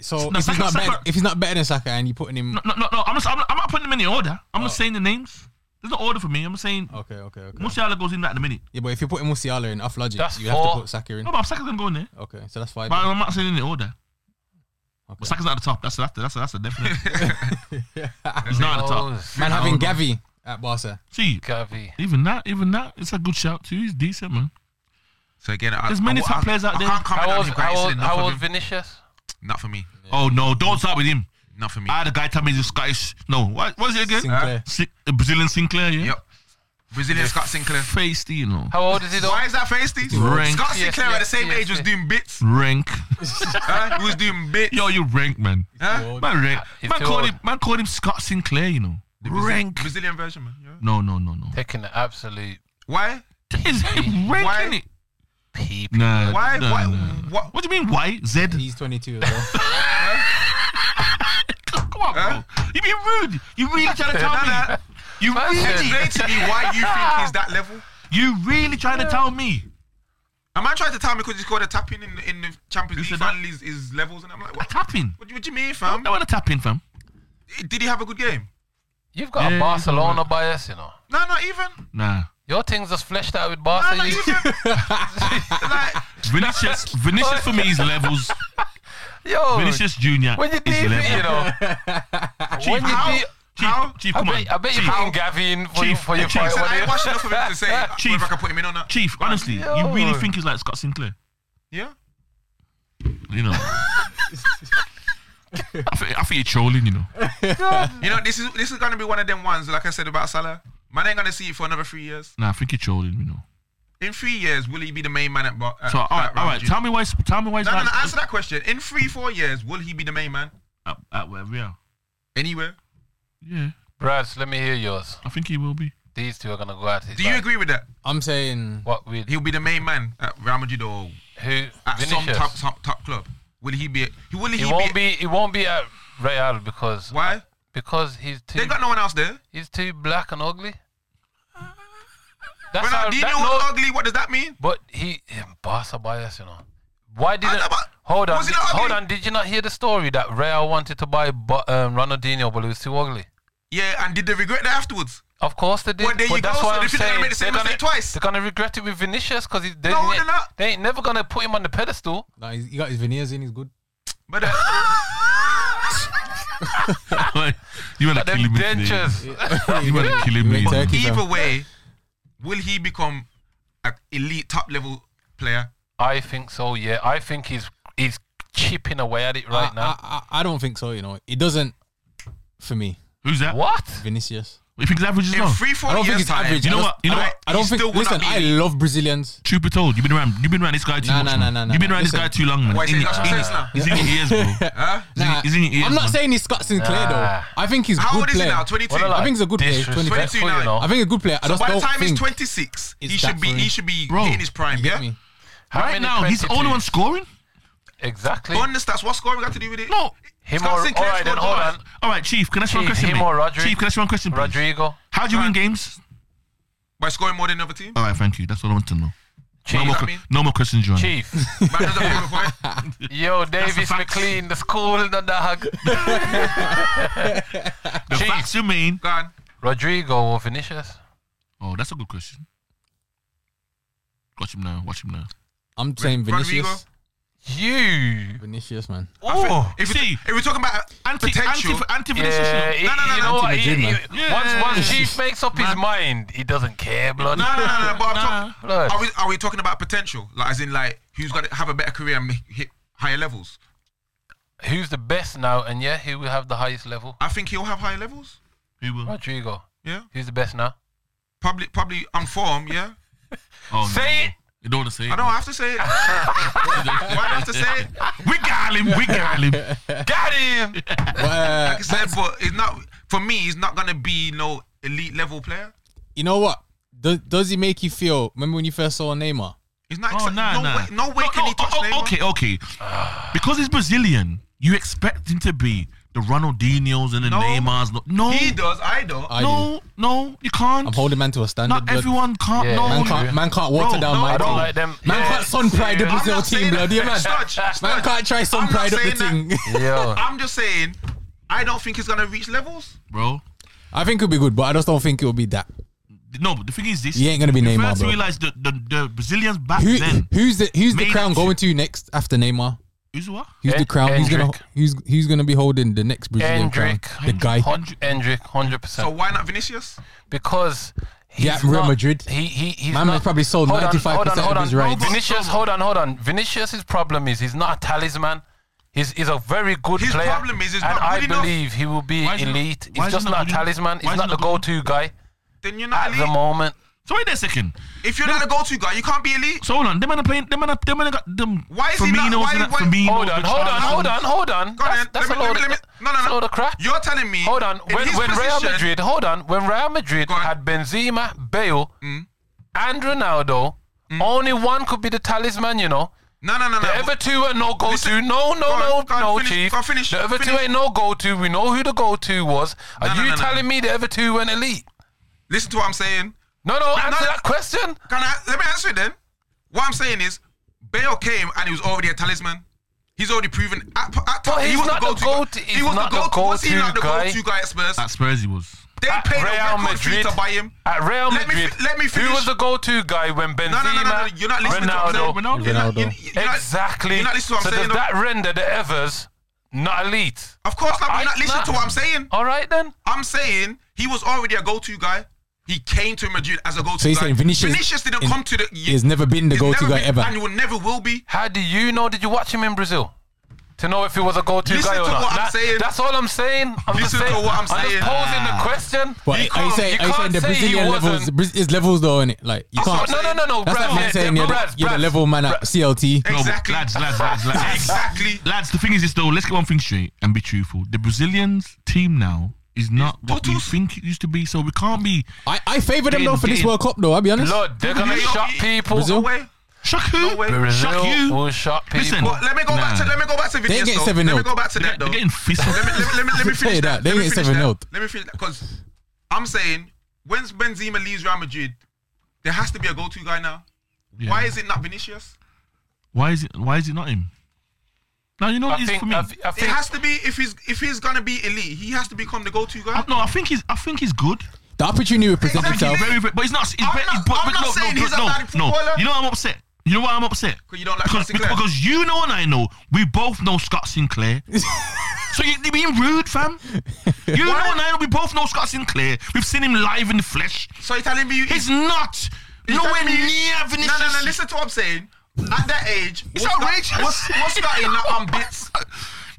A: So
D: No,
A: if, he's
D: Saka-
A: not better,
D: Saka-
A: if he's not better than Saka and you're putting him.
D: No, no, no. no. I'm, just, I'm, not, I'm not putting them in the order. I'm not saying the names. There's no order for me. I'm saying
A: Okay, okay, Oh, okay.
D: Musiala goes in at the minute.
A: yeah, but if you're putting Musiala in off logic,
C: That's
A: you have
C: four.
A: to put Saka in.
D: No, but Saka's gonna go in there.
A: Okay, so that's five.
D: But I'm not saying in the order.
A: Okay.
D: But Saka's not at the top. That's that's that's that's a definite. He's not at the top.
C: Oh,
A: <laughs> Man having
D: Hold on.
A: Gavi at Barca.
D: See,
C: Gavi.
D: even that, even that, it's a good shout too. He's decent, man.
B: So again, I,
D: There's many
B: I-
D: top
B: I-
D: players out
B: I
D: there.
B: can't comment
C: How
B: on
C: old,
B: him.
C: how old,
B: Enough
C: how
B: of
C: old
B: him.
C: Vinicius?
B: Not for me.
D: Oh no, don't start with him.
B: Not for me.
D: I had a guy tell me he's Scottish. No, what was it again?
A: Sinclair.
D: Si- uh, Brazilian Sinclair, yeah.
B: Yep. Brazilian Scott Sinclair.
D: Feisty, you know.
C: How old is he though?
B: Why is that feisty?
D: Rank.
B: Scott
C: Yes,
B: Sinclair at the
C: yes,
B: same
C: yes,
B: age was
C: yes.
B: doing bits. <laughs>
D: Rank. <laughs>
B: huh? He was doing bits.
D: Yo, you rank, man.
B: Huh?
D: Man, rank.
C: Ah, He's
D: Man
C: too
D: called
C: old.
D: him. Man called him Scott Sinclair, you know. Rank.
B: Brazilian version, man. Yeah.
D: No, no, no, no.
C: Taking the absolute
B: Why?
D: Is rank
B: Why-
D: innit?
C: peep.
D: Nah.
B: Why?
D: nah,
B: Why?
D: nah.
B: What?
D: What do you mean? Why? Z?
A: He's 22 as well.
D: Come on,
B: Huh?
D: bro.
C: <laughs>
D: You being rude. You really trying to tell
B: Nah, nah.
D: me? You
C: Man
D: really?
C: said-
D: <laughs>
B: Explain to me why you think he's that level.
D: You really trying to tell me?
B: A man tried to tell me because he scored a tap in in, in the Champions
D: You
B: League
D: said that?
B: final his, his levels, and I'm like,
D: A
B: what?
D: tap in?
B: What, do- what do you mean,
D: I
B: fam?
D: don't want to tap in, fam.
B: Did he have a good game?
C: You've got
D: Yeah,
C: a
D: yeah,
C: Barcelona bias, you know.
B: No, not even.
D: Nah.
C: Your thing's just fleshed out with
B: No,
C: Barca.
B: not
C: you-
D: <laughs>
B: even. like,
C: <laughs>
D: Vinicius, Vinicius for me is levels.
C: Yo,
D: Vinicius Junior
C: when you
D: is
C: deep it,
D: level.
B: <laughs>
C: you know. when you
B: how?
C: deep,
D: Chief,
B: How?
D: Chief,
C: I
D: come
C: bet, I
D: on.
C: bet
D: Chief,
C: you're putting Gavin for, you,
D: Chief,
C: for your
D: Chief.
C: fight.
B: so I
C: what do
B: ain't
C: you-
B: watched enough of him
D: <laughs>
B: to say
C: <laughs>
D: Chief.
B: whether I can put him in or not.
D: Chief, honestly, you really
C: Yo.
D: think he's like Scott Sinclair?
B: Yeah.
D: You know. I, think, I think you're trolling, you know.
B: You know, this is this is gonna be one of them ones, like I said about Salah. Man ain't gonna see it for another three years.
D: Nah, I think you're trolling, you know.
B: In three years, will he be the main man at? Bar- at
D: So, all right,
B: at
D: all
B: Real
D: right.
B: Madrid?
D: Tell me why. it's- Tell me why. it's
B: No, no,
D: like-
B: no. Answer that question. In three, four years, will he be the main man
D: At, at wherever, yeah.
B: anywhere?
D: Yeah,
C: Brads, let me hear yours.
D: I think he will be. <laughs>
C: These two are gonna go at it.
B: Do you agree with that?
A: I'm saying
C: What with
B: He'll be the main man at Real Madrid or
C: who?
B: at some
C: Vinicius.
B: top, top top club. Will he be? He will he,
C: He won't be. He won't be at Real because
B: Why?
C: because he's too
B: They got no one else there.
C: he's too black and ugly. That's
B: When I,
C: how.
B: do you
C: that-
B: know what
C: no,
B: ugly? What does that mean?
C: but he him, Barca bias, you know. Why didn't
B: know, but
C: hold on?
B: was he
C: di-
B: not ugly?
C: hold on. Did you not hear the story that Real wanted to buy Bo- um, Ronaldinho, but he was too ugly?
B: Yeah, and did they regret that afterwards?
C: Of course they did.
B: Well, there
C: but
B: you go,
C: that's why
B: so
C: I'm
B: they shouldn't have
C: saying
B: made the same
C: they're gonna,
B: mistake twice.
C: They're gonna regret it with Vinicius because they,
B: No,
C: they,
B: they're not.
C: they ain't never gonna put him on the pedestal.
A: like, he's- he got his veneers in, he's good.
B: But
A: <laughs>
B: uh,
D: you wanna
C: But
D: kill
C: them
D: him? isn't it?
C: dentures.
A: you
D: wanna kill him, mate.
A: Turkey, fam.
B: either way, will he become an elite top level player?
C: I think so. Yeah, I think he's he's chipping away at it right
A: I,
C: now.
A: I, I, I don't think so. You know, it doesn't for me.
D: Who's that?
C: what?
A: Vinicius.
D: You think his average is
B: In
D: low?
B: three, four
A: I don't
B: years
A: think it's
B: time,
A: average.
D: You know
A: I
D: what? You know
A: I
D: what?
A: don't- I don't
B: He still
A: think.
B: will
A: Listen,
B: not be
A: I
B: elite.
A: love Brazilians.
D: Truth be told, you've been around. You've been around this guy too
A: Nah,
D: much.
A: nah,
D: man.
A: nah, nah,
D: You've been
A: nah.
D: around this guy
A: Listen.
D: too long, man.
B: Why
D: He's in
B: say that? Say
D: his-
B: this now.
D: he's in his ears, bro.
B: Huh?
A: Nah,
D: He's in your ears,
A: I'm not
D: man.
A: saying he's Scott Sinclair
C: Ah.
A: though. I think he's
B: How
A: good
B: old is he
A: player.
B: now? 22.
C: What a
B: By
C: lot.
A: think he's a good player. He's 22
C: Disrespectful,
B: now.
C: you know.
A: I think a good player. I just
B: the
A: don't
B: time
A: think.
B: he's 26, he
A: it's
B: should
A: that
B: be
A: for
B: he
A: him.
B: should be
D: Bro,
B: in his prime.
A: you
B: Yeah.
A: get me?
C: How
D: Right
C: many
D: now, he's the only
C: 22s?
D: one scoring.
C: Exactly.
B: But on the stats, what's scoring got to do with it?
D: No.
C: Him
B: Scott
C: or all
B: Sinclair
C: right, then
B: scored
C: hold
B: goals.
C: on.
D: All right, Chief. Can I ask you one
C: Chief,
D: question?
C: him
D: mate?
C: or Rodri-
D: Chief, can I ask you one question, please?
C: Rodrigo.
D: How do you win
B: Right.
D: games?
B: By scoring more than the other team.
D: All right, thank you. That's all I want to know. No
C: Chief.
D: more,
B: that
D: que-
B: mean?
D: no more questions, John.
C: Chief.
B: <laughs> Man doesn't
A: <laughs>
B: prove a point.
C: Yo, Davis
D: facts.
C: McLean, the school, the dog.
D: The
C: Chief.
D: facts remain.
B: Go on.
C: Rodrigo or Vinicius?
D: Oh, that's a good question. Watch him now. Watch him now.
A: I'm saying
B: Rodrigo?
A: Vinicius.
C: You.
A: Vinicius, man. <laughs>
D: Oh,
B: If we-
D: see,
B: if we're talking about
D: anti, anti,
B: potential,
D: anti
C: Yeah,
D: relationship.
C: he-
B: No, no, no,
C: you
B: no,
C: know what?
A: Anthony
C: he-
A: Gin,
C: he- once, once Chief makes up his mind, he doesn't care, blood.
B: No, no, no, no. But I'm
D: Nah.
B: talking.
C: Blood.
B: Are we are we talking about potential? Like, as in, like, who's gonna have a better career and hit higher levels?
C: Who's the best now? And yeah, who will have the highest level?
B: I think he'll have higher levels.
D: Who will?
C: Rodrigo.
B: Yeah,
C: Who's the best now?
B: probably probably on form. Yeah,
D: Oh,
C: Say it.
D: You don't want to say it.
B: I don't have to
D: <laughs>
B: say it. Why do I have to say it?
D: We got him. We got <laughs> him.
C: Got him.
A: But, uh,
B: Like I said, but it's not for me. He's not gonna be no elite level player.
A: you know what? Does, does he make you feel? Remember when you first saw Neymar?
B: He's not.
D: Oh,
B: exa-
D: nah,
B: no
D: nah.
B: way. No way can he touch
D: oh,
B: Neymar.
D: Okay, okay. because he's Brazilian, you expect him to be the Ronaldinho's and the
B: No.
D: Neymar's. No, no,
B: He does. I don't.
A: I do.
D: no, no, you can't.
A: I'm holding man to a standard.
D: Not
A: blood.
D: everyone can't.
C: Yeah.
D: no,
A: Man
C: Holy-
A: can't, man can't water
D: Bro,
A: down
D: no,
A: my
C: I don't
A: team.
C: like them.
A: Man
C: Yeah,
A: can't sun pride the
C: serious.
A: Brazil
B: not
A: team,
B: saying
A: blood.
B: that.
A: Yeah, man.
B: Stodge,
A: Man
B: Stodge.
A: can't try sun
B: I'm not
A: pride up the
B: saying
A: thing.
C: Yo.
B: I'm just saying. I don't think he's gonna reach levels.
D: bro.
A: <laughs> I think it'll be good, but I just don't think it'll be that.
D: No, but the thing is this.
A: He ain't gonna be
D: you
A: Neymar,
D: first
A: bro.
D: realize the, the, the Brazilians back
A: Who,
D: then.
A: who's the who's the
D: Made
A: crown
D: it-
A: going to next after Neymar?
D: Who's what?
A: Who's the
C: En-
A: crown? Who's gonna
C: Endrick.
A: who's who's gonna be holding the next Brazilian crown?
C: Endrick.
A: The guy.
C: Hundred, Endrick, hundred percent.
B: So why not Vinicius?
C: because he's
A: Yeah, Real
C: not-
A: Madrid.
C: He he he's
A: My man's
C: not-
A: probably sold
C: hold on,
A: 95%
C: hold on, hold
A: of
C: on.
A: his rights.
C: Vinicius, hold on, hold on. Vinicius's problem is he's not a talisman. He's, he's a very good
B: His
C: player.
B: problem is he's
C: and
B: not
C: I
B: good enough.
C: believe he will be
D: Why is he not-
C: elite.
D: why
C: he's
D: is
C: just not
D: he not
C: a
D: good enough?
C: talisman.
D: Why
C: He's
D: is
C: not
D: he
C: the
D: not good
C: go-to guy
B: Then you're
A: Ah,
B: not
C: at the
B: elite.
C: moment.
D: So wait a second.
B: If you're not a go-to guy, you can't be elite.
D: So hold on. Them man are playing. Them man are. Them man are got them.
B: Why is he not-
D: Firminos
B: why-
D: and that
B: why-
D: Firmino,
C: Hold on, hold on, hold on, hold on.
B: Go on,
C: That's,
B: then.
C: that's
B: Let
C: a
B: me-
C: load
B: let me-
C: of
B: let me- no, no,
C: that's a
B: no.
C: load of crap.
B: You're telling me.
C: Hold on.
B: in
C: When,
B: his
C: when Real
B: position-
C: Madrid, hold on. When Real Madrid
B: Go Mm. on.
C: had Benzema, Bale, and Ronaldo,
B: Mm.
C: only one could be the talisman, you know.
B: No, no, no, no.
C: The other two are no go to.
B: Listen,
C: No, no,
B: go on,
C: no,
B: go on,
C: no,
B: finish,
C: Chief.
B: go on, finish,
C: the other two
B: finish.
C: ain't no go to. We know who the go to was. Are
B: No, no,
C: you
B: no, no.
C: telling me the other two weren't elite?
B: Listen to what I'm saying.
C: No, no, answer
B: no.
C: that question.
B: Can I let me answer it then? What I'm saying is, Bale came and he was already a talisman. He's already proven. At, at,
C: But
B: he
C: he's
B: was
C: not the
B: go-to
C: go-to-
B: guy. He
C: he's
B: was
C: not the
B: go-to. Was he
C: go-to
B: not the
C: guy.
B: go-to guy at Spurs?
D: At Spurs, he was.
B: They
C: At
B: paid
C: Real
B: a record fee
C: Madrid.
B: to buy him.
C: At Real
B: Let me
C: Madrid,
B: fi- let me finish.
C: who was the go-to guy when Benzema,
B: No, no, no, no, no. You're not listening to
C: Ronaldo?
B: what I'm saying. You're not-
A: Ronaldo.
B: you- you're not-
C: exactly.
B: You're not listening to
C: so
B: what I'm saying.
C: does
B: though.
C: that render the Evers not elite?
B: Of course not. but You're
C: I-
B: not listening
C: nah.
B: to what I'm saying.
C: All right then.
B: I'm saying he was already a go-to guy. He came to Madrid as a go-to
A: So you're
B: guy.
A: saying Vinicius-
B: didn't
A: in-
B: come to the.
A: He has never been the
B: he's
A: go to
B: never
A: guy
B: been-
A: ever.
B: and he will never will be.
C: How do you know? Did you watch him in Brazil? To know if he was a go-to
B: Listen
C: guy or
B: to
C: not.
B: what I'm
C: That-
B: saying.
C: That's all I'm saying. I'm just
B: Listen to
C: saying.
B: what I'm saying.
C: just posing the question.
A: But
B: You
A: are you
B: can't-
A: saying,
C: you
A: are you saying
C: can't
A: the
C: say he
A: Brazilian levels
C: wasn't.
A: Braz- is levels though, innit? Like you
B: That's
A: can't.
B: what
C: no, no, no, no.
A: that's
C: Brad,
A: like me
C: yeah,
A: saying
C: yeah,
A: you're,
C: Brad,
A: the, you're the
C: Brad.
A: level man at CLT.
D: No, but
B: Exactly. <laughs>
D: Lads, lads, lads, lads.
B: Exactly.
D: Lads, the thing is this though. Let's get one thing straight and be truthful. The Brazilians team now is not what you
B: totus.
D: think it used to be. So we can't be
A: I, I favour them though for this
D: Getting-
A: World Cup though. I'll be honest.
C: Lord, they're gonna
B: Brazil-
C: shock people.
A: Brazil?
B: No way.
D: shock who,
B: No way.
D: shock
C: Brazil
D: you.
C: will shock people.
D: Listen,
B: But let me go back to
D: Nah.
B: let me go back to Vinicius.
A: getting
B: though.
A: 7-0.
B: Let me go back to
D: They're,
B: that though.
D: they're getting fisted.
B: let, me, let, me, let, me,
A: <laughs>
B: let me
A: Tell you
B: finish
A: that,
B: that.
A: they
B: Let me
A: ain't
B: finish
A: 7-0.
B: that. Let me finish that. Because I'm saying, when Benzema leaves Real Madrid, there has to be a go-to guy now.
D: Yeah.
B: Why is it not Vinicius?
D: Why is it? Why is it not him? Now you know what
C: I
D: it is
C: think,
D: for me.
C: I, th- I
B: It
C: think
B: has to be if he's if he's gonna be elite, he has to become the go-to guy.
D: I- no, I think he's. I think he's good.
A: The opportunity will present
B: Exactly.
A: itself.
B: Yeah.
D: Very, very, but he's not. He's
B: I'm
D: very,
B: not-
D: but,
B: I'm
D: but
B: not
D: no,
B: saying
D: no,
B: he's a
D: no,
B: bad
D: no.
B: footballer.
D: You know why I'm upset. You know why I'm upset?
B: 'Cause you don't like
D: because,
B: Scott Sinclair.
D: because you know and I know. We both know Scott
B: <laughs>
D: Sinclair. so you, you being rude, fam? You know and I know. We both know Scott Sinclair. We've seen him live in the flesh.
B: so you're telling me you,
D: He's not nowhere
B: telling me-
D: near
B: no,
D: Vinicius.
B: no, no. Listen to what I'm saying. At that age,
D: It's
B: what's got-
D: outrageous.
B: What's what's got in that on
D: <laughs>
B: bits?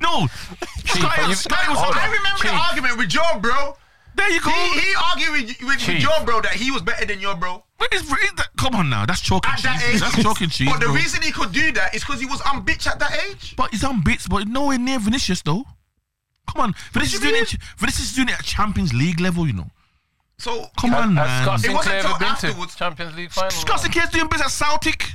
D: No,
B: Scotty,
C: you-
B: Scotty was.
C: hold
B: I
C: on.
B: remember the
C: Chief.
B: argument with your bro.
D: there you go.
B: He, he argued with, with, with
C: Chief.
B: your bro that he was better than your bro.
D: What is- what is that? Come on now, that's chalk and
B: at that
D: cheese.
B: age.
D: That's chalk and cheese.
B: But the
D: bro.
B: reason he could do that is because he was on bitch at that age.
D: But he's on bits, but nowhere near Vinicius though. Come on, Vinicius is doing it. Vinicius is doing it at Champions League level, you know.
B: So
D: Come
C: Has-
D: on,
C: has
D: man.
C: Scott
D: It
B: wasn't
C: Sinclair
B: till
C: ever been
B: afterwards.
C: to Champions League final.
D: Scott Sinclair's doing bits at Celtic,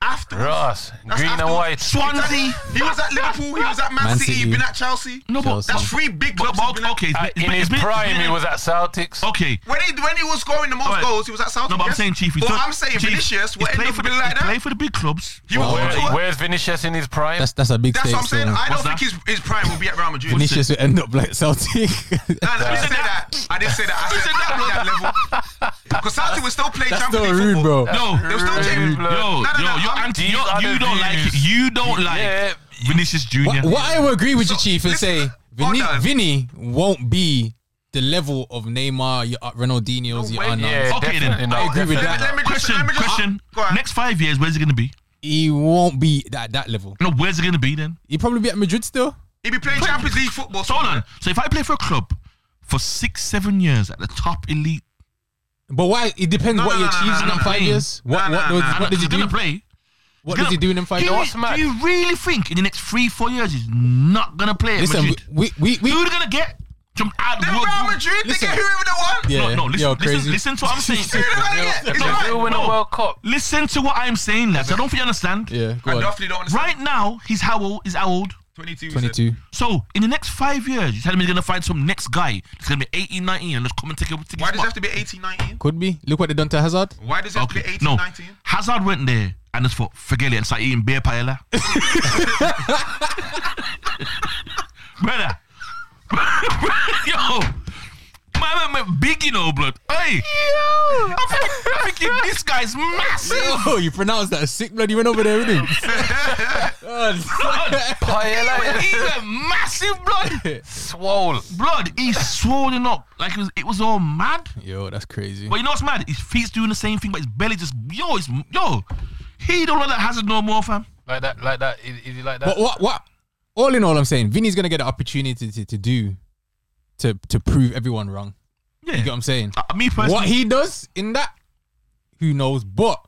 B: afterwards,
C: Ross,
B: That's
C: green and
B: afterwards.
C: white.
D: Swansea.
B: He was at Liverpool. He was at Man,
A: Man
B: City.
A: City.
B: He's been at Chelsea.
D: No, but,
A: Chelsea.
B: That's three big clubs.
D: but,
B: he's
D: but
B: been at-
D: okay,
C: Uh,
D: it's been- it's
C: in
D: been-
C: his
D: it's been-
C: prime,
D: it's been-
C: he was at Celtics.
D: okay.
B: When he when he was scoring the most
D: Alright.
B: goals, he was at South.
D: No, but I'm saying Chief. he's
B: But
D: done-
B: I'm saying
D: Chief,
B: Vinicius
D: he's
B: will end
D: played
B: up
D: for
B: being
D: the
B: like
D: he played
B: that.
D: for the big clubs.
B: He will
A: Wow.
B: go
C: Where-
B: to a-
C: where's Vinicius in his prime?
A: That's that's a big
B: That's
A: stake.
B: what I'm saying.
A: so
B: I don't
D: What's
B: think his, his prime will be at Real Madrid. No, no,
A: Vinicius will end up like Celtic. <laughs>
B: I didn't say that. I didn't say that. I said at that
D: <laughs>
B: level. Because Celtic will still play
A: that's
B: Champions
A: still rude,
B: League football.
A: bro.
D: No,
B: They were still
D: yo,
B: Champions
C: Blood.
D: yo,
B: No, no, no,
D: you're
B: I'm-
D: anti.
C: these
D: You're,
C: are
D: you
C: the
D: don't like it.
C: views.
D: You don't like
C: Yeah.
D: Vinicius Junior.
A: What, what I would agree with you,
B: So,
A: Chief, and say
B: listen,
A: Vinny,
B: hold on.
A: Vinny won't be the level of Neymar, your uh, Ronaldinho's, your
B: way.
A: Arnauts.
C: Yeah,
D: Okay, then.
C: definitely not,
A: I agree with
C: definitely
A: that.
C: not.
B: Let me just
D: Question,
B: let me just
D: question.
B: Go on.
D: Next five years, where's it gonna be?
A: He won't be at that level.
D: No, where's it gonna be then?
A: He'll probably be at Madrid still.
B: He be playing Champions League football.
D: So hold on. So if I play for a club for six, seven years at the top elite,
A: But why? It depends
B: No,
A: what
B: no,
A: he
B: no, no,
A: achieves
D: no,
A: in them
D: no,
A: five
D: no.
A: years. What
B: No,
A: what
B: no,
A: was-
B: no,
A: what
B: no,
A: did
D: he's
A: he do?
D: gonna play.
A: What does he do in them five
D: Do
A: years?
D: you,
C: what's mad?
D: do you really think in the next three, four years he's not gonna play at
A: Listen,
D: Madrid?
A: we we we.
D: Who are they gonna get? From out
B: Then
D: world-
B: Real Madrid, they
A: Listen.
B: get whoever they want.
A: Yeah,
D: No, no. Listen,
A: yo,
D: listen,
A: crazy.
D: listen to what I'm saying.
B: Whoever they get, it's
D: No,
B: fine.
C: Brazil win a
D: No.
C: World <laughs> Cup.
D: listen to what I'm saying, lads. I don't think you
A: <laughs>
D: understand.
A: Yeah, go
B: I
A: on.
B: definitely don't understand.
D: Right now, he's how old? Is how old?
B: 22. you said.
A: Twenty-two.
D: So in the next five years, you tell me he's gonna find some next guy that's gonna be 18, 19 and let's come and take a take his
B: Why does it
D: spot.
B: have to be 18, 19?
A: Could be. Look what they done to
D: <laughs>
A: Hazard. <laughs>
B: Why does it have to be 18,
D: no.
B: 19?
D: Hazard went there and just thought, forget it, and started eating beer paella. Brother. <laughs> Yo. My man went big, you know, blood. Hey. Yo. I'm thinking this guy's massive.
A: Oh, you pronounced that sick blood. You went over there,
D: <laughs>
A: didn't you? <laughs> God.
C: Paella
D: He's a massive blood.
C: swole.
D: Blood, he's swollen up. Like it was, it was all mad.
A: Yo, that's crazy.
D: But you know what's mad? His feet's doing the same thing, but his belly just, yo, it's, yo. He don't like that hazard no more, fam.
C: Like that, like that. Is, is he like that?
A: But what what? All in all, I'm saying Vinny's gonna get an opportunity to, to do to to prove everyone wrong.
D: Yeah.
A: You get what I'm saying?
D: Uh, me personally,
A: What he does in that, who knows? But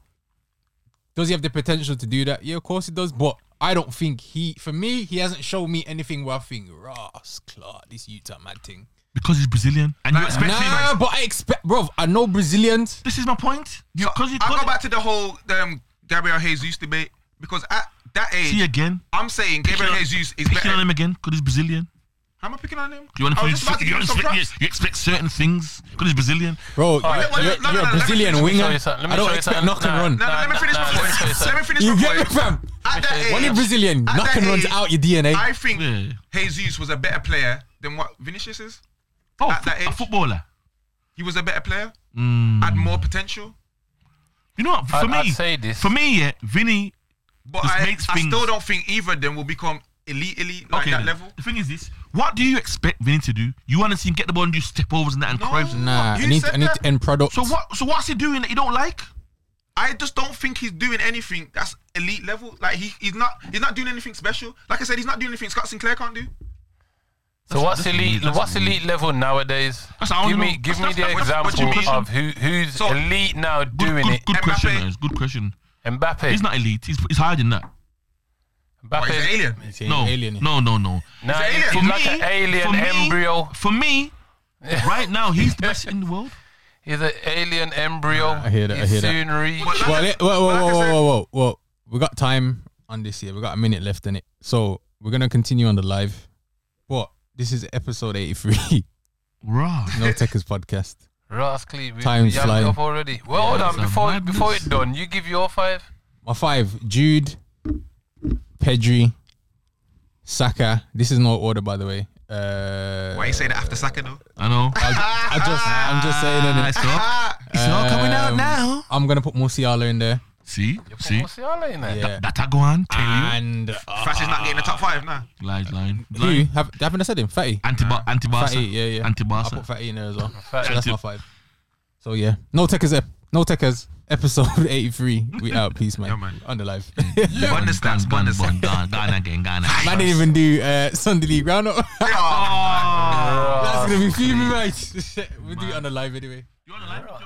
A: does he have the potential to do that? Yeah, of course he does. But I don't think he, for me, he hasn't shown me anything where I think, Ross Clark, this Utah mad thing.
D: because he's Brazilian, and you
B: Nah,
D: expect
A: Nah,
D: him.
A: but I expect, bro, I know Brazilians.
D: This is my point.
B: So,
D: Because you
B: I'll
D: got
B: go back to the whole um, Gabriel Jesus debate because at that age,
D: see again.
B: I'm saying Gabriel
D: Picking on-
B: Jesus is
D: Picking on
B: better.
D: him again because he's Brazilian.
B: How am I picking on him?
D: You, wanna
B: I was
D: play,
B: just about to
D: you,
B: give him some
D: expect, you,
B: props.
D: you expect certain things because he's Brazilian.
A: Bro,
C: right,
A: you're,
B: let me-
A: you're-
B: no, no,
A: you're a
B: no, let me
A: Brazilian
B: show you
A: winger.
C: something.
A: I
C: Let me show
A: don't
C: you
A: expect
C: something.
A: knock
C: Nah,
A: and
B: No,
A: run.
B: no,
C: Nah,
B: let me
C: nah,
B: finish
C: nah,
B: my
C: let me show you
B: point. Let me
C: something.
B: finish
A: You
B: my
A: get me,
B: point.
A: fam?
B: At that
A: When you're
B: age,
A: Brazilian,
B: at
A: knock
B: that
A: and runs
B: age,
A: out your DNA.
B: I think
D: Yeah.
B: Jesus was a better player than what Vinicius is.
D: Oh,
B: At that
D: a
B: age?
D: footballer.
B: He was a better player,
D: Mm.
B: had more potential,
D: You know what? For
C: I'd-
D: me,
C: I'd say this.
D: for me, yeah, Vinny.
B: but
D: This
B: I,
D: makes
B: I
D: things-
B: still don't think either of them will become elite, elite like
D: Okay,
B: that
D: then.
B: level.
D: The thing is this: what do you expect Vinny to do? You want to see him get the ball and do step overs and that and
B: No.
D: cribs.
A: Nah,
B: You
A: I need
B: said
A: I need
B: that.
A: to end product.
D: So what? So what's he doing that you don't like?
B: I just don't think he's doing anything that's elite level. Like he, he's not he's not doing anything special. Like I said, he's not doing anything Scott Sinclair can't do.
C: So what's
D: that's
C: elite?
D: me, that's
C: what's elite level nowadays?
D: That's how I
C: give
D: know.
C: me, give
B: That's-
C: me the
B: that's- that's- what do you
C: example
B: mean?
C: of who who's
B: So-
C: elite now
D: Good,
C: doing
D: good,
C: it.
D: good
B: Mbappe.
D: question. man. It's a Good question.
C: Mbappe.
D: He's not elite. He's, he's higher than that.
B: But Oh, he's an
C: Mbappe.
B: alien.
A: He's an
D: No,
A: alien.
D: no, no, no.
C: Nah,
B: He's an
C: he's,
B: alien.
C: he's like an alien
D: for me-
C: embryo. <laughs>
D: For me, right now, he's the best in the world.
C: He's an alien embryo.
A: I hear that, I
C: He's
A: hear that.
C: soon reached.
B: But
A: Well,
B: like,
A: let- whoa, whoa,
B: Like I
A: whoa,
B: said-
A: whoa, whoa, whoa, whoa. We got time on this year. We got a minute left in it. So we're gonna continue on the live. But this is episode eighty-three, <laughs>
D: Right.
A: No Techers podcast.
C: Rascally, we,
A: Time's
C: we have
A: flying.
C: it up already. Well, hold on.
D: it's a
C: Before
D: madness.
C: before it's done, you give your five.
A: My five: Jude, Pedri, Saka. This is no order, by the way. Uh,
B: Why you say that after Saka though?
D: I know.
A: I just, I'm just saying.
D: Ah,
A: innit?
D: it's not,
B: Ah,
D: it's not coming out
A: Um,
D: now.
A: I'm gonna put Musiala in there.
D: See, see,
C: Musiala in there.
A: Yeah.
D: that I go on. Tell you,
A: And uh,
B: Francis Ah. not getting the top five
D: <laughs>
B: now.
D: lies, line,
A: who?
D: line.
A: Have, haven't I said him? Fatty.
D: Anti,
A: Fatty.
D: anti, Barca,
A: Yeah, yeah.
D: anti,
A: I
D: Barca.
A: put Fatty in there as well.
C: Fatty.
A: So that's my five. So yeah, no techers. Ep- no techers. Episode <laughs> eighty-three. We out. Peace, man.
B: Yeah, man.
A: On the live.
B: Understands, understands.
D: Ghana, Ghana again, Ghana.
A: <laughs> man didn't even do uh, Sunday League roundup. <laughs>
B: Oh,
A: <laughs> that's gonna be fuming, mate. we'll do it on the live anyway.
D: You on the line?